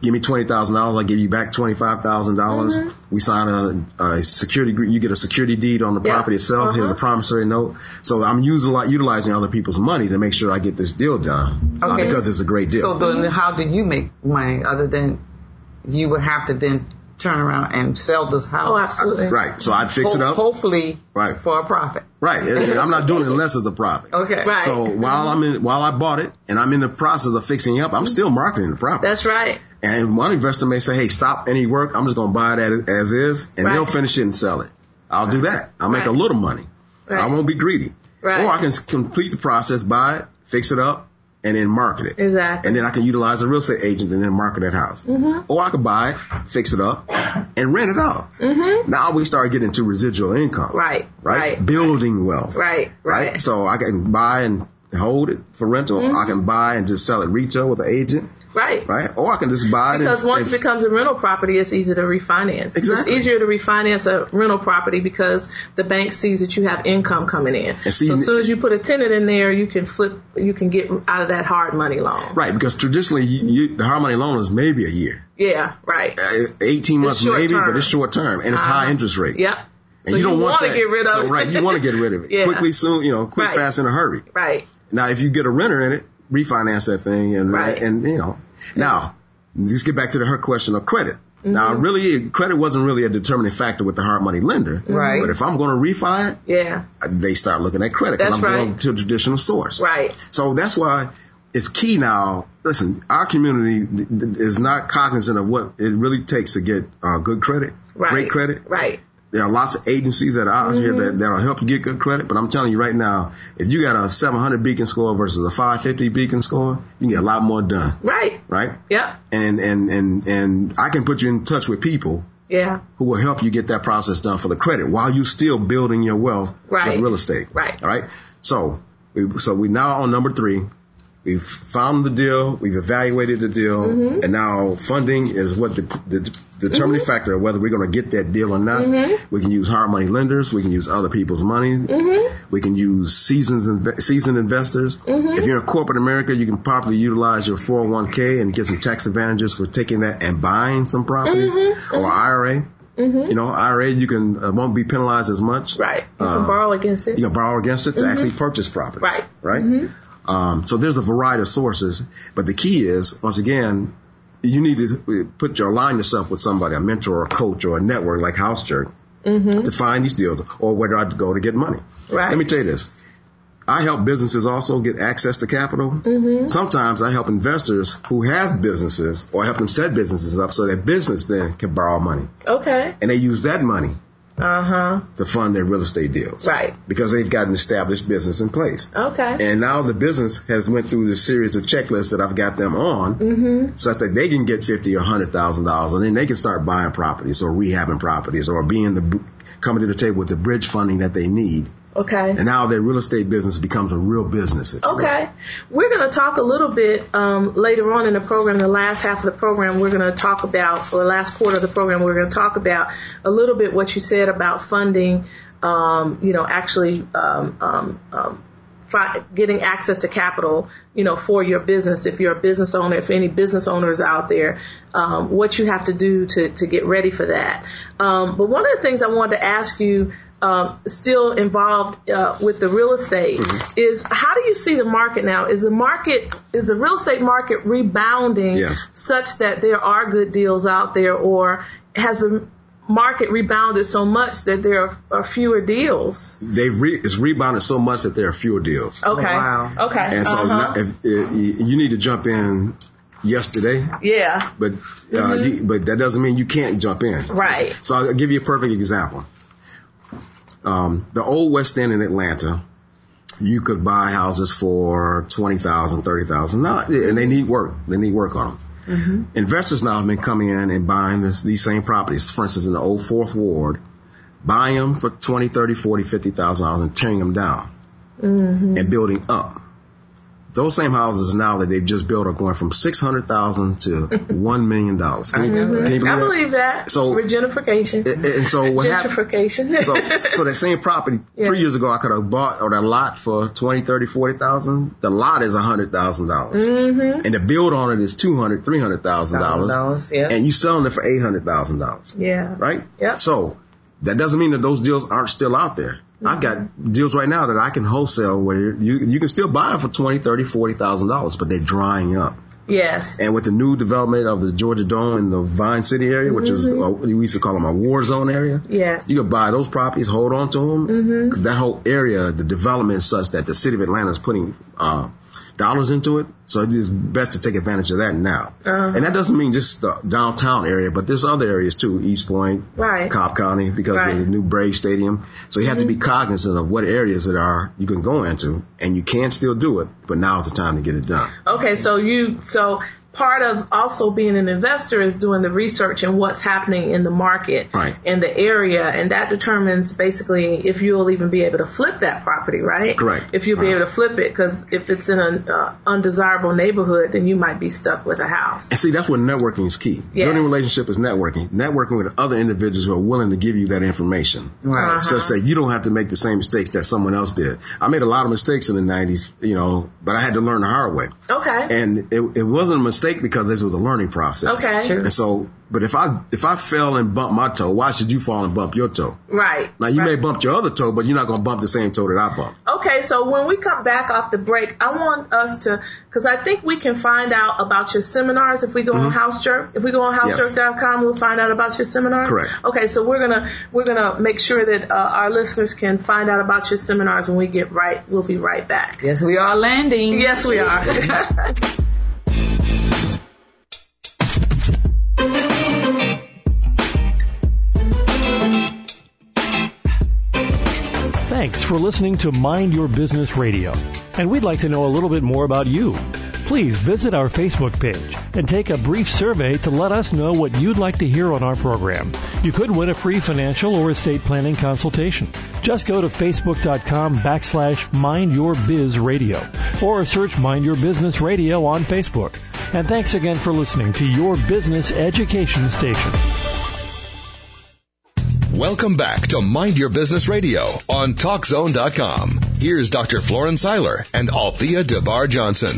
S4: Give me $20,000. I give you back $25,000. dollars
S3: Mm-hmm.
S4: We sign a, a security, agree- you get a security deed on the
S2: Yeah.
S4: property itself. Here's
S3: Uh-huh.
S4: a promissory note. So I'm using, utilizing other people's money to make sure I get this deal done. Not
S3: Okay.
S4: because it's a great deal.
S3: So then, how do you make money other than you would have to then turn around and sell this house?
S2: Oh, absolutely.
S4: right. So I'd fix it
S3: Ho-
S4: up.
S3: Hopefully,
S4: Right.
S3: for a profit.
S4: Right. And- and I'm not doing it unless it's a profit.
S3: Okay.
S2: Right.
S4: So while I'm in, while I bought it and I'm in the process of fixing it up, I'm still marketing the property.
S2: That's right.
S4: and one investor may say, "Hey, stop any work. I'm just going to buy that as is, and
S2: Right.
S4: they'll finish it and sell it. I'll do that. I'll make
S2: Right.
S4: a little money. I
S2: Right.
S4: won't be greedy.
S2: Right.
S4: Or I can s- complete the process, buy it, fix it up, and then market it.
S2: Exactly. Mm-hmm.
S4: And then I can utilize a real estate agent and then market that house. Or I could buy it, fix it up, and rent it out. Mm-hmm. Now we start getting to residual income.
S2: Right.
S4: Right.
S2: Right.
S4: Building wealth
S2: Right.
S4: right?
S2: Right. Mm-hmm.
S4: So I can buy and hold it for rental. I can buy and just sell it retail with an agent,
S2: Right.
S4: right? Or I can just buy it.
S2: Because
S4: and,
S2: once
S4: and-
S2: it becomes a rental property, it's easy to refinance.
S4: Exactly.
S2: It's easier to refinance a rental property because the bank sees that you have income coming in.
S4: And see-
S2: so as soon as you put a tenant in there, you can flip, you can get out of that hard money loan.
S4: right, because traditionally you, you, the hard money loan is maybe a year,
S2: Yeah, right.
S4: Uh, eighteen months
S2: short
S4: maybe,
S2: term.
S4: but it's short term and it's high interest rate.
S2: Yep.
S4: And
S2: so
S4: you don't want
S2: wanna
S4: that.
S2: get rid of
S4: so,
S2: it.
S4: right, you want to get rid of it
S2: Yeah.
S4: quickly, soon, you know, quick,
S2: Right.
S4: fast, in a hurry.
S2: Right.
S4: Now, if you get a renter in it, refinance that thing and, uh,
S2: Right.
S4: and you know, now, let's get back to the, her question of credit.
S2: Mm-hmm.
S4: Now, really, credit wasn't really a determining factor with the hard money lender.
S3: Right.
S4: But if I'm going to refi it,
S2: Yeah.
S4: they start looking at credit. 'cause
S2: That's
S4: I'm going
S2: right.
S4: to a traditional source.
S2: Right.
S4: So that's why it's key now. Listen, our community th- th- is not cognizant of what it really takes to get uh, good credit,
S2: Right.
S4: great credit.
S2: Right. Mm-hmm.
S4: There are lots of agencies that are out here that, that'll help you get good credit. But I'm telling you right now, if you got a 700 beacon score versus a 550 beacon score, you can get a lot more done,
S2: Right.
S4: right?
S2: Yep.
S4: And and and and I can put you in touch with people
S2: Yeah.
S4: who will help you get that process done for the credit while you still building your wealth
S2: Right.
S4: with real estate.
S2: Right.
S4: All right. So we so we now on number three. We've found the deal. We've evaluated the deal, and now funding is what the, the determining factor of whether we're going to get that deal or not. We can use hard money lenders. We can use other people's money. We can use seasons inve- seasoned investors. If you're in corporate America, you can properly utilize your 401k and get some tax advantages for taking that and buying some properties or IRA. You know, IRA you can uh, won't be penalized as much.
S2: Right. You
S4: Uh,
S2: can borrow against it.
S4: You can borrow against it to actually purchase property.
S2: Mm-hmm. Right. Mm-hmm.
S4: Right. Um, so there's a variety of sources, but the key is once again, you need to uh, put your align yourself with somebody, a mentor, or a coach, or a network like House Church, to find these deals, or where do I go to get money?
S2: Mm-hmm. Right.
S4: Let me tell you this. I help businesses also get access to capital.
S2: Mm-hmm.
S4: Sometimes I help investors who have businesses or help them set businesses up so their business then can borrow money
S2: Okay.
S4: and they use that money
S2: Uh huh.
S4: to fund their real estate deals.
S2: Right.
S4: Because they've got an established business in place.
S2: Okay.
S4: And now the business has went through the series of checklists that I've got them on,
S2: Mm-hmm.
S4: such that they can get fifty or hundred thousand dollars, and then they can start buying properties or rehabbing properties or being the coming to the table with the bridge funding that they need.
S2: okay.
S4: And now their real estate business becomes a real business. if you will.
S2: Okay. We're going to talk a little bit um, later on in the program, the last half of the program, we're going to talk about, or the last quarter of the program, we're going to talk about a little bit what you said about funding, um, you know, actually um, um, um, fi- getting access to capital, you know, for your business. If you're a business owner, if any business owners out there, um, what you have to do to, to get ready for that. Um, but one of the things I wanted to ask you, um, still involved uh, with the real estate,
S4: Mm-hmm.
S2: is how do you see the market now? Is the market is the real estate market rebounding
S4: Yes.
S2: such that there are good deals out there, or has the market rebounded so much that there are, are fewer deals?
S4: They've re- it's rebounded so much that there are fewer deals.
S2: Okay.
S3: wow.
S2: Okay.
S4: Oh, And so
S2: Oh, Uh-huh.
S4: not, if, if, you you need to jump in yesterday
S2: yeah.
S4: But uh,
S2: Mm-hmm.
S4: you, but that doesn't mean you can't jump in.
S2: Right.
S4: So I'll give you a perfect example. Um, the old West End in Atlanta, you could buy houses for twenty thousand, thirty thousand, not and they need work. They need work on them.
S2: Mm-hmm.
S4: Investors now have been coming in and buying this, these same properties. For instance, in the old Fourth Ward, buying them for
S2: Mm-hmm.
S4: twenty, thirty, forty, fifty thousand dollars and tearing them down and building up. Those same houses now that they've just built are going from six hundred thousand to one million dollars. Can you,
S2: Mhm.
S4: can you
S2: I
S4: believe that?
S2: believe that.
S4: So-
S2: Regentrification.
S4: And- And so what happened?
S2: Gentrification.
S4: so so that same property
S2: Yeah.
S4: three years ago I could have bought or that lot for twenty, thirty, forty thousand. The lot is a hundred dollars,
S2: Mhm.
S4: and the build on it is two hundred, three hundred thousand dollars,
S3: dollars, yeah.
S4: and you selling it for eight hundred thousand dollars,
S2: Yeah.
S4: right?
S2: Yep.
S4: So that doesn't mean that those deals aren't still out there.
S2: Mm-hmm.
S4: I've got deals right now that I can wholesale where you you can still buy them for twenty, thirty, forty thousand dollars, but they're drying up.
S2: Yes.
S4: And with the new development of the Georgia Dome in the Vine City area, which is
S2: Mm-hmm.
S4: uh, we used to call them a war zone area,
S2: Yes.
S4: you could buy those properties, hold on to them.
S2: Mm-hmm.
S4: Cause that whole area, the development is such that the city of Atlanta is putting uh, dollars into it. So it is best to take advantage of that now.
S2: Uh-huh.
S4: And that doesn't mean just the downtown area, but there's other areas too, East Point,
S2: Right.
S4: Cobb County, because
S2: Right. Mm-hmm.
S4: of the new Brave Stadium. So you have to be cognizant of what areas that are you can go into, and you can still do it. But now's the time to get it done.
S2: Okay, so you so part of also being an investor is doing the research and what's happening in the market
S4: Right.
S2: in the area and that determines basically if you'll even be able to flip that property right
S4: Correct.
S2: if you'll be
S4: Right.
S2: able to flip it because if it's in an uh, undesirable neighborhood then you might be stuck with a house
S4: And see, that's where networking is key.
S2: Yes.
S4: Building relationship is networking. Networking with other individuals who are willing to give you that information.
S2: Uh-huh.
S3: Right.
S4: Such that you don't have to make the same mistakes that someone else did. I made a lot of mistakes in the 90s, you know, but I had to learn the hard way.
S2: okay
S4: And it, it wasn't a mistake because this was a learning process.
S2: Okay. Sure.
S4: And so, but if I, if I fell and bumped my toe, why should you fall and bump your toe?
S2: right
S4: Now you
S2: right.
S4: may bump your other toe, but you're not going to bump the same toe that I bumped.
S2: Okay, so when we come back off the break, I want us to, because I think we can find out about your seminars if we go on House Jerk. If we go on
S4: Yes.
S2: HouseJerk.com, we'll find out about your seminars.
S4: Correct.
S2: Okay, so we're gonna we're gonna make sure that uh, our listeners can find out about your seminars when we get right. We'll be right back.
S3: Yes, we are landing.
S2: Yes, we are.
S6: Thanks for listening to Mind Your Business Radio. And we'd like to know a little bit more about you. Please visit our Facebook page and take a brief survey to let us know what you'd like to hear on our program. You could win a free financial or estate planning consultation. Just go to facebook.com backslash mind your biz radio or search mind your business radio on Facebook. And thanks again for listening to your business education station.
S1: Welcome back to Mind Your Business Radio on TalkZone.com. Here's Dr. Florence Seiler and Althea DeBar Johnson.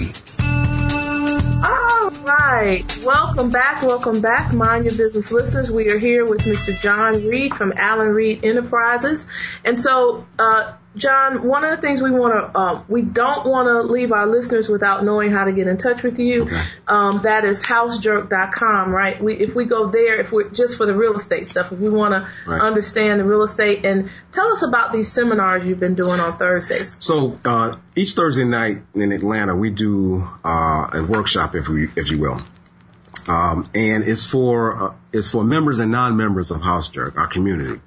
S2: All right. Welcome back. Welcome back, Mind Your Business listeners. We are here with Mr. John Reed from Allen Reed Enterprises. And so, uh, John, one of the things we want to, um, we don't want to leave our listeners without knowing how to get in touch with you. Um, that is housejerk.com, right? We, if we go there, if we're just for the real estate stuff, if we want to
S4: Right.
S2: understand the real estate and tell us about these seminars you've been doing on Thursdays.
S4: So uh, each Thursday night in Atlanta, we do uh, a workshop, if we, if you will, um, and it's for uh, it's for members and non-members of House Jerk, our community.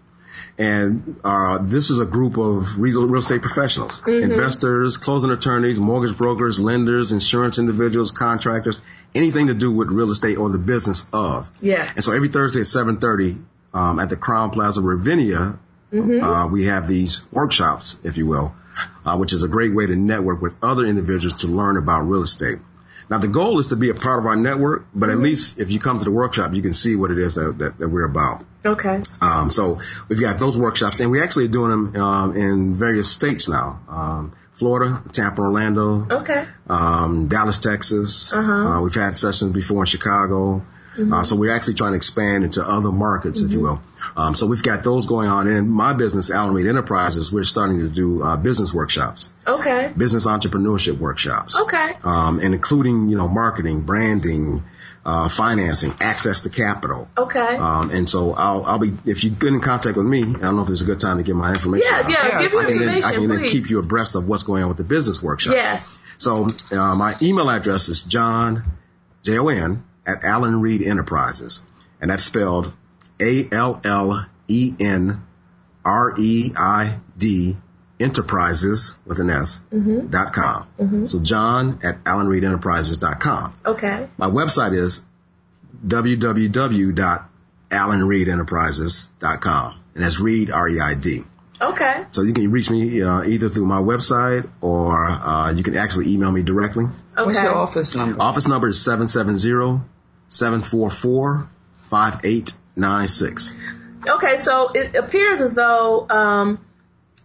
S4: And uh, this is a group of real, real estate professionals, investors, closing attorneys, mortgage brokers, lenders, insurance individuals, contractors, anything to do with real estate or the business of.
S2: Yes.
S4: And so every Thursday at 7:30 um, at the Crown Plaza Ravinia, uh, we have these workshops, if you will, uh, which is a great way to network with other individuals to learn about real estate. Now the goal is to be a part of our network, but at least if you come to the workshop, you can see what it is that, that, that we're about.
S2: Okay.
S4: Um, so we've got those workshops, and we're actually doing them um, in various states now: um, Florida, Tampa, Orlando,
S2: Okay.
S4: um, Dallas, Texas. Uh, we've had sessions before in Chicago. Uh, so we're actually trying to expand into other markets, if you will. Um, so we've got those going on. And my business, Allen Reed Enterprises, we're starting to do uh, business workshops,
S2: Okay.
S4: business entrepreneurship workshops,
S2: Okay.
S4: um, and including you know marketing, branding, uh, financing, access to capital.
S2: Okay.
S4: Um, and so I'll, I'll be if you get in contact with me. I don't know if it's a good time to get my information.
S2: Yeah,
S4: out.
S2: yeah,
S3: Yeah,
S2: give me
S4: I can, then, I
S2: information,
S4: can then
S2: please.
S4: keep you abreast of what's going on with the business workshop.
S2: Yes.
S4: So uh, my email address is john, J O N, at Allen Reed Enterprises. And that's spelled A L L E N R E I D Enterprises with an S dot com. So john at Allen Reed Enterprises dot com.
S2: Okay.
S4: My website is www.allenreedenterprises.com. And that's Reed, R-E-I-D.
S2: Okay.
S4: E So you can reach me uh, either through my website or uh, you can actually email me directly.
S3: What's
S2: Okay. Uh,
S3: your office number?
S4: Office number is 770-744-5896.
S2: Okay, so it appears as though um,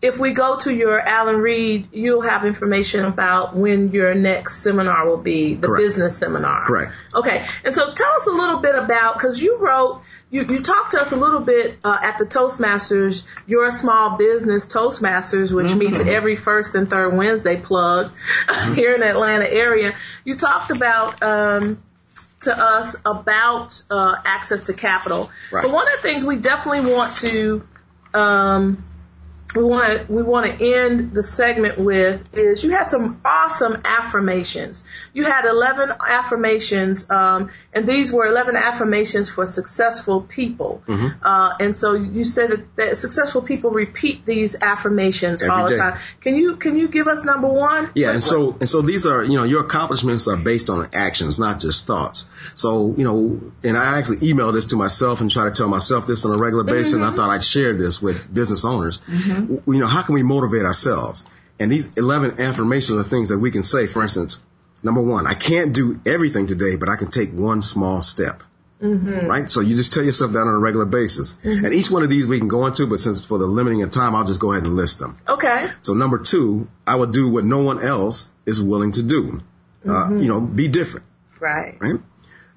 S2: if we go to your Alan Reed, you'll have information about when your next seminar will be, the
S4: Correct.
S2: business seminar.
S4: Correct.
S2: Okay, and so tell us a little bit about because you wrote, you, you talked to us a little bit uh, at the Toastmasters, your small business Toastmasters, which meets every first and third Wednesday plug here in the Atlanta area. You talked about. Um, to us about uh, access to capital.
S4: Right.
S2: But one of the things we definitely want to um, we want to we want to end the segment with is you had some awesome affirmations. You had 11 affirmations, um, and these were 11 affirmations for successful people.
S4: Mm-hmm.
S2: Uh, and so you said that, that successful people repeat these affirmations
S4: Every
S2: all the
S4: day.
S2: time. Can you can you give us number one?
S4: Yeah, and so and so these are you know your accomplishments are based on actions, not just thoughts. So you know, and I actually email this to myself and try to tell myself this on a regular basis. And I thought I'd share this with business owners. W- You know, how can we motivate ourselves? And these eleven affirmations are things that we can say. For instance, number one, I can't do everything today, but I can take one small step. Right? So you just tell yourself that on a regular basis. And each one of these we can go into, but since for the limiting of time, I'll just go ahead and list them.
S2: Okay.
S4: So number two, I would do what no one else is willing to do. Uh, you know, be different,
S2: Right.
S4: right?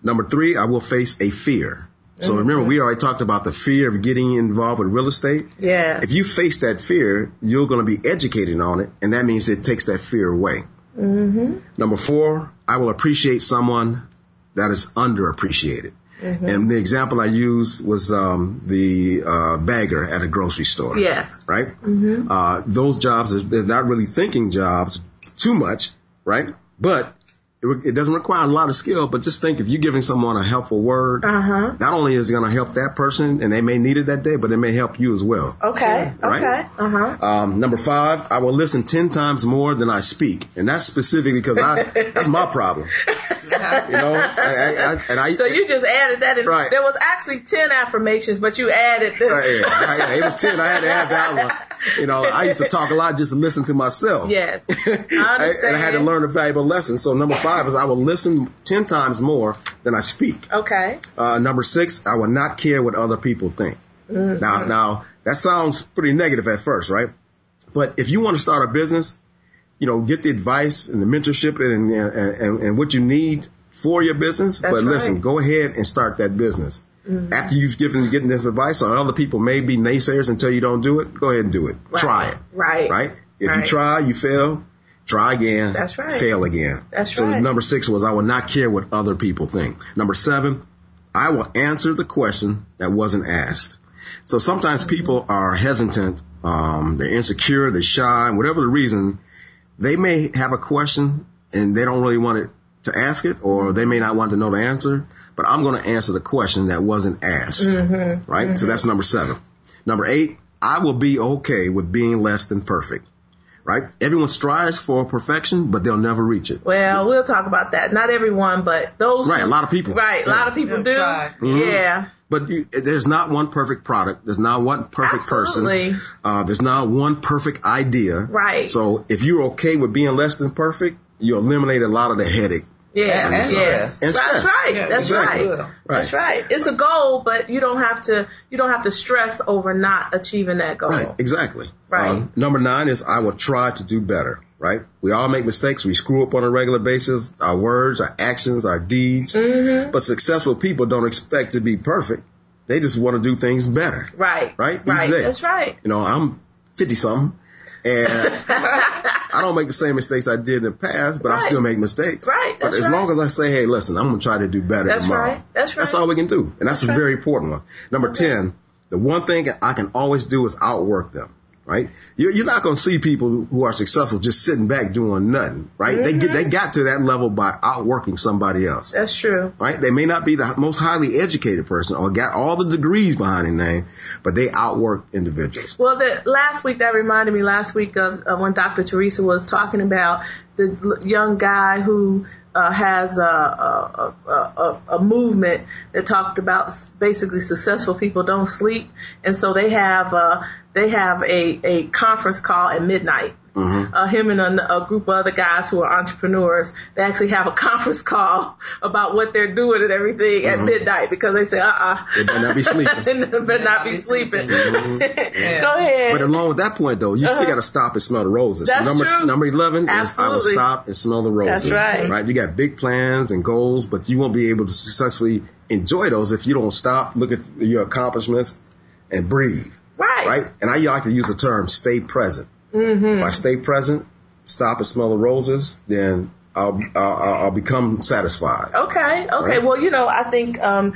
S4: Number three, I will face a fear. So remember, we already talked about the fear of getting involved with real estate.
S2: Yeah.
S4: If you face that fear, you're going to be educated on it, and that means it takes that fear away. Mm-hmm. Number four, I will appreciate someone that is underappreciated. And the example I used was um, the uh, bagger at a grocery store
S2: Yes.
S4: right?
S2: Mm-hmm.
S4: Uh, those jobs are they're not really thinking jobs too much, right? But it, re- it doesn't require a lot of skill. But just think if you're giving someone a helpful word,
S2: Uh huh.
S4: not only is it going to help that person, and they may need it that day, but it may help you as well.
S2: Okay.
S4: Right.
S2: Okay. Uh huh.
S4: Um, number five, I will listen ten times more than I speak, and that's specifically because I that's my problem, you know. I, I, I, and I
S2: So you just added that in.
S4: Right.
S2: There was actually 10 affirmations, but you added the.
S4: Right, yeah, yeah, it was ten. I had to add that one. You know, I used to talk a lot just to listen to myself.
S2: Yes. I
S4: I, and I had to
S2: understand.
S4: learn a valuable lesson. So number five is I will listen ten times more than I speak.
S2: Okay.
S4: Uh, number six, I will not care what other people think.
S2: Mm-hmm.
S4: Now, now that sounds pretty negative at first, right? But if you want to start a business, you know, get the advice and the mentorship and and, and, and what you need for your business.
S2: That's
S4: but listen,
S2: right. Mm-hmm.
S4: go ahead and start that business. After you've given getting this advice, on other people may be naysayers until you don't do it. Go ahead and do it. Try it
S2: Right.
S4: right? If you
S2: Right.
S4: try, you fail. Try again.
S2: That's right.
S4: Fail again.
S2: That's
S4: so
S2: right.
S4: number six was I will not care what other people think. Number seven, I will answer the question that wasn't asked. So sometimes people are hesitant, um, they're insecure, they're shy, and whatever the reason, they may have a question and they don't really want it to ask it, or they may not want to know the answer. But I'm going to answer the question that wasn't asked,
S2: Mm-hmm.
S4: right? So that's number seven. Number eight, I will be okay with being less than perfect. Right? Everyone strives for perfection, but they'll never reach it.
S2: Well, we'll talk about that. Not everyone, but those.
S4: Right, a lot of people. Mm-hmm.
S2: Right. A lot of people do.
S3: Yeah,
S2: Yeah.
S4: But you, there's not one perfect product. There's not one perfect
S2: Absolutely.
S4: person. Uh, there's not one perfect idea.
S2: Right.
S4: So if you're okay with being less than perfect, you eliminate a lot of the headache.
S2: Yeah.
S3: And
S2: yeah.
S3: stress.
S4: And
S2: That's
S4: stress.
S2: right.
S3: Yeah,
S2: That's
S4: exactly.
S2: right.
S3: Right.
S2: That's right. It's a goal, but you don't have to you don't have to stress over not achieving that goal.
S4: Right, exactly.
S2: Right.
S4: Um, number nine is I will try to do better. Right. We all make mistakes. We screw up on a regular basis. Our words, our actions, our deeds.
S2: Mm-hmm.
S4: But successful people don't expect to be perfect. They just want to do things better.
S2: Right.
S4: Right? Each
S2: Right.
S4: day.
S2: That's right.
S4: You know, I'm 50 something and I don't make the same mistakes I did in the past, but I
S2: Right.
S4: still make mistakes.
S2: Right,
S4: But
S2: that's
S4: as
S2: right.
S4: long as I say, hey, listen, I'm going to try to do better
S2: That's
S4: tomorrow.
S2: right. That's right.
S4: That's all we can do. And that's, a very important one. Number 10, the one thing I can always do is outwork them, right? You're, you're not going to see people who are successful just sitting back doing nothing, right? They get, they got to that level by outworking somebody else
S2: Mm-hmm. That's true.
S4: right? They may not be the most highly educated person or got all the degrees behind their name, but they outwork individuals.
S2: Well, the, last week that reminded me last week of, of when Dr. Teresa was talking about the l- young guy who uh, has a, a, a, a, a movement that talked about s- basically successful people don't sleep, and so they have uh, they have a, a conference call at midnight. Uh, him and a, a group of other guys who are entrepreneurs, they actually have a conference call about what they're doing and everything at midnight because they say, uh-uh.
S4: They better not be sleeping.
S2: better not be sleeping. Go ahead.
S4: But um, along with that point, though, you still got to stop and smell the roses.
S2: Uh-huh. That's
S4: number
S2: true.
S4: number eleven is I will
S2: Absolutely.
S4: stop and smell the roses.
S2: That's right.
S4: You got big plans and goals, but you won't be able to successfully enjoy those if you don't stop, look at your accomplishments, and breathe.
S2: right. Mm-hmm.
S4: Right. And I like to use the term "stay present." If I stay present, stop and smell the roses, then I'll I'll, I'll become satisfied.
S2: Okay, okay.
S4: Right.
S2: Well, you know, I think um,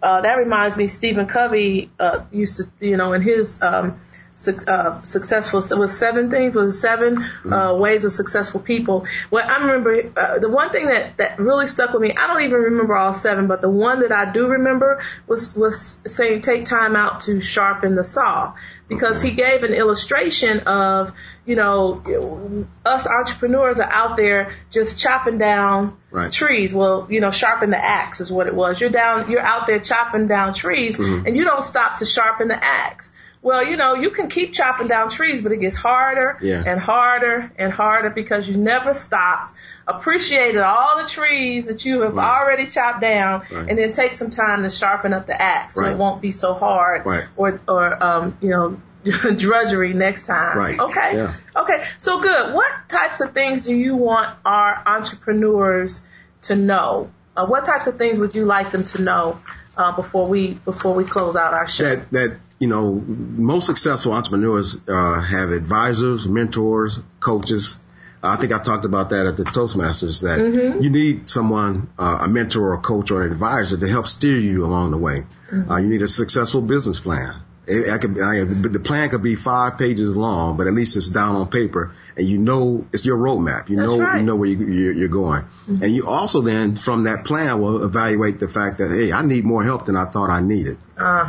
S2: uh, that reminds me. Stephen Covey uh, used to, you know, in his um, suc uh, successful was seven things was 7
S4: Mm-hmm.
S2: uh, ways of successful people. Well, I remember uh, the one thing that that really stuck with me. I don't even remember all seven, but the one that I do remember was was saying take time out to sharpen the saw because he gave an illustration of you know us entrepreneurs are out there just chopping down
S4: Right.
S2: trees. Well, you know, sharpen the axe is what it was. You're down, you're out there chopping down trees
S4: Mm-hmm.
S2: and you don't stop to sharpen the axe. Well, you know, you can keep chopping down trees, but it gets harder
S4: Yeah.
S2: and harder and harder because you never stopped, appreciated all the trees that you have already chopped down
S4: Right.
S2: and then take some time to sharpen up the axe so
S4: Right.
S2: it won't be so hard
S4: Right.
S2: or, or, um, you know, drudgery next time.
S4: Right.
S2: Okay.
S4: Yeah.
S2: Okay. So good. What types of things do you want our entrepreneurs to know? Uh, what types of things would you like them to know uh, before we before we close out our show?
S4: that that you know most successful entrepreneurs uh, have advisors, mentors, coaches. I think I talked about that at the Toastmasters that
S2: Mm-hmm.
S4: you need someone, uh, a mentor, or coach, or an advisor to help steer you along the way.
S2: Mm-hmm.
S4: Uh, you need a successful business plan. It, I could, I, the plan could be five pages long, but at least it's down on paper, and you know it's your roadmap. You
S2: That's
S4: know
S2: right.
S4: you know where you, you're, you're going,
S2: Mm-hmm.
S4: and you also then from that plan will evaluate the fact that hey, I need more help than I thought I needed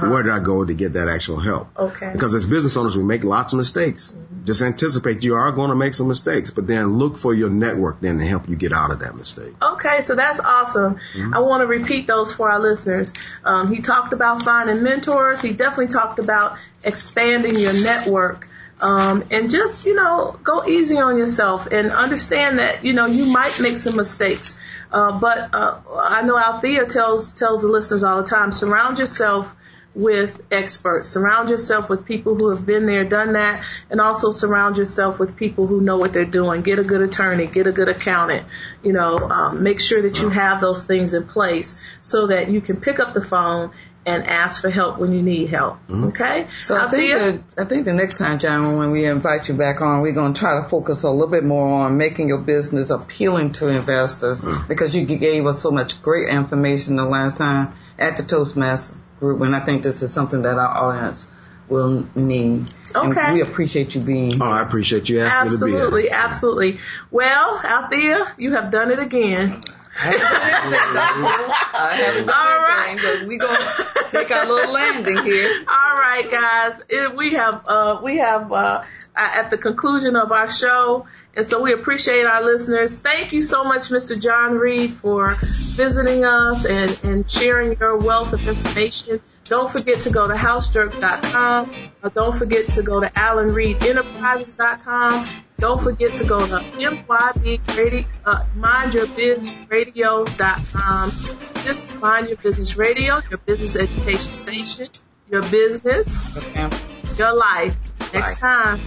S4: where did I go to get that actual help?
S2: Uh-huh. Okay. Mm-hmm.
S4: Because as business owners, we make lots of mistakes. Just anticipate you are going to make some mistakes, but then look for your network then to help you get out of that mistake.
S2: Okay, so that's awesome. I want to repeat those for our listeners. Um, he talked about finding mentors. He definitely talked about expanding your network. Um, and just, you know, go easy on yourself and understand that, you know, you might make some mistakes. Uh, but uh, I know Althea tells tells the listeners all the time, surround yourself with experts. Surround yourself with people who have been there, done that, and also surround yourself with people who know what they're doing. Get a good attorney, get a good accountant. You know, um, make sure that you have those things in place so that you can pick up the phone and ask for help when you need help. Okay?
S3: So I think
S2: Althea?
S3: that, I think the next time, John, when we invite you back on, we're going to try to focus a little bit more on making your business appealing to investors
S2: Mm.
S3: because you gave us so much great information the last time at the Toastmasters group, and I think this is something that our audience will need. And
S2: Okay.
S3: we appreciate you being.
S4: Oh, I appreciate you asking me to be
S2: Absolutely,
S4: here.
S2: absolutely. Well, Althea, you have done it again.
S3: I haven't done
S2: All right.
S3: anything, but we're going to take our little landing here.
S2: All right, guys. It, we have uh, we have uh, at the conclusion of our show, and so we appreciate our listeners. Thank you so much, Mr. John Reed, for visiting us and and sharing your wealth of information. Don't forget to go to housejerk.com. Uh, Don't forget to go to AlanReedEnterprises.com. Don't forget to go to MYB uh, mindyourbusinessradio.com. This is Mind Your Business Radio, your business education station your business,
S3: Okay.
S2: your life. Next time.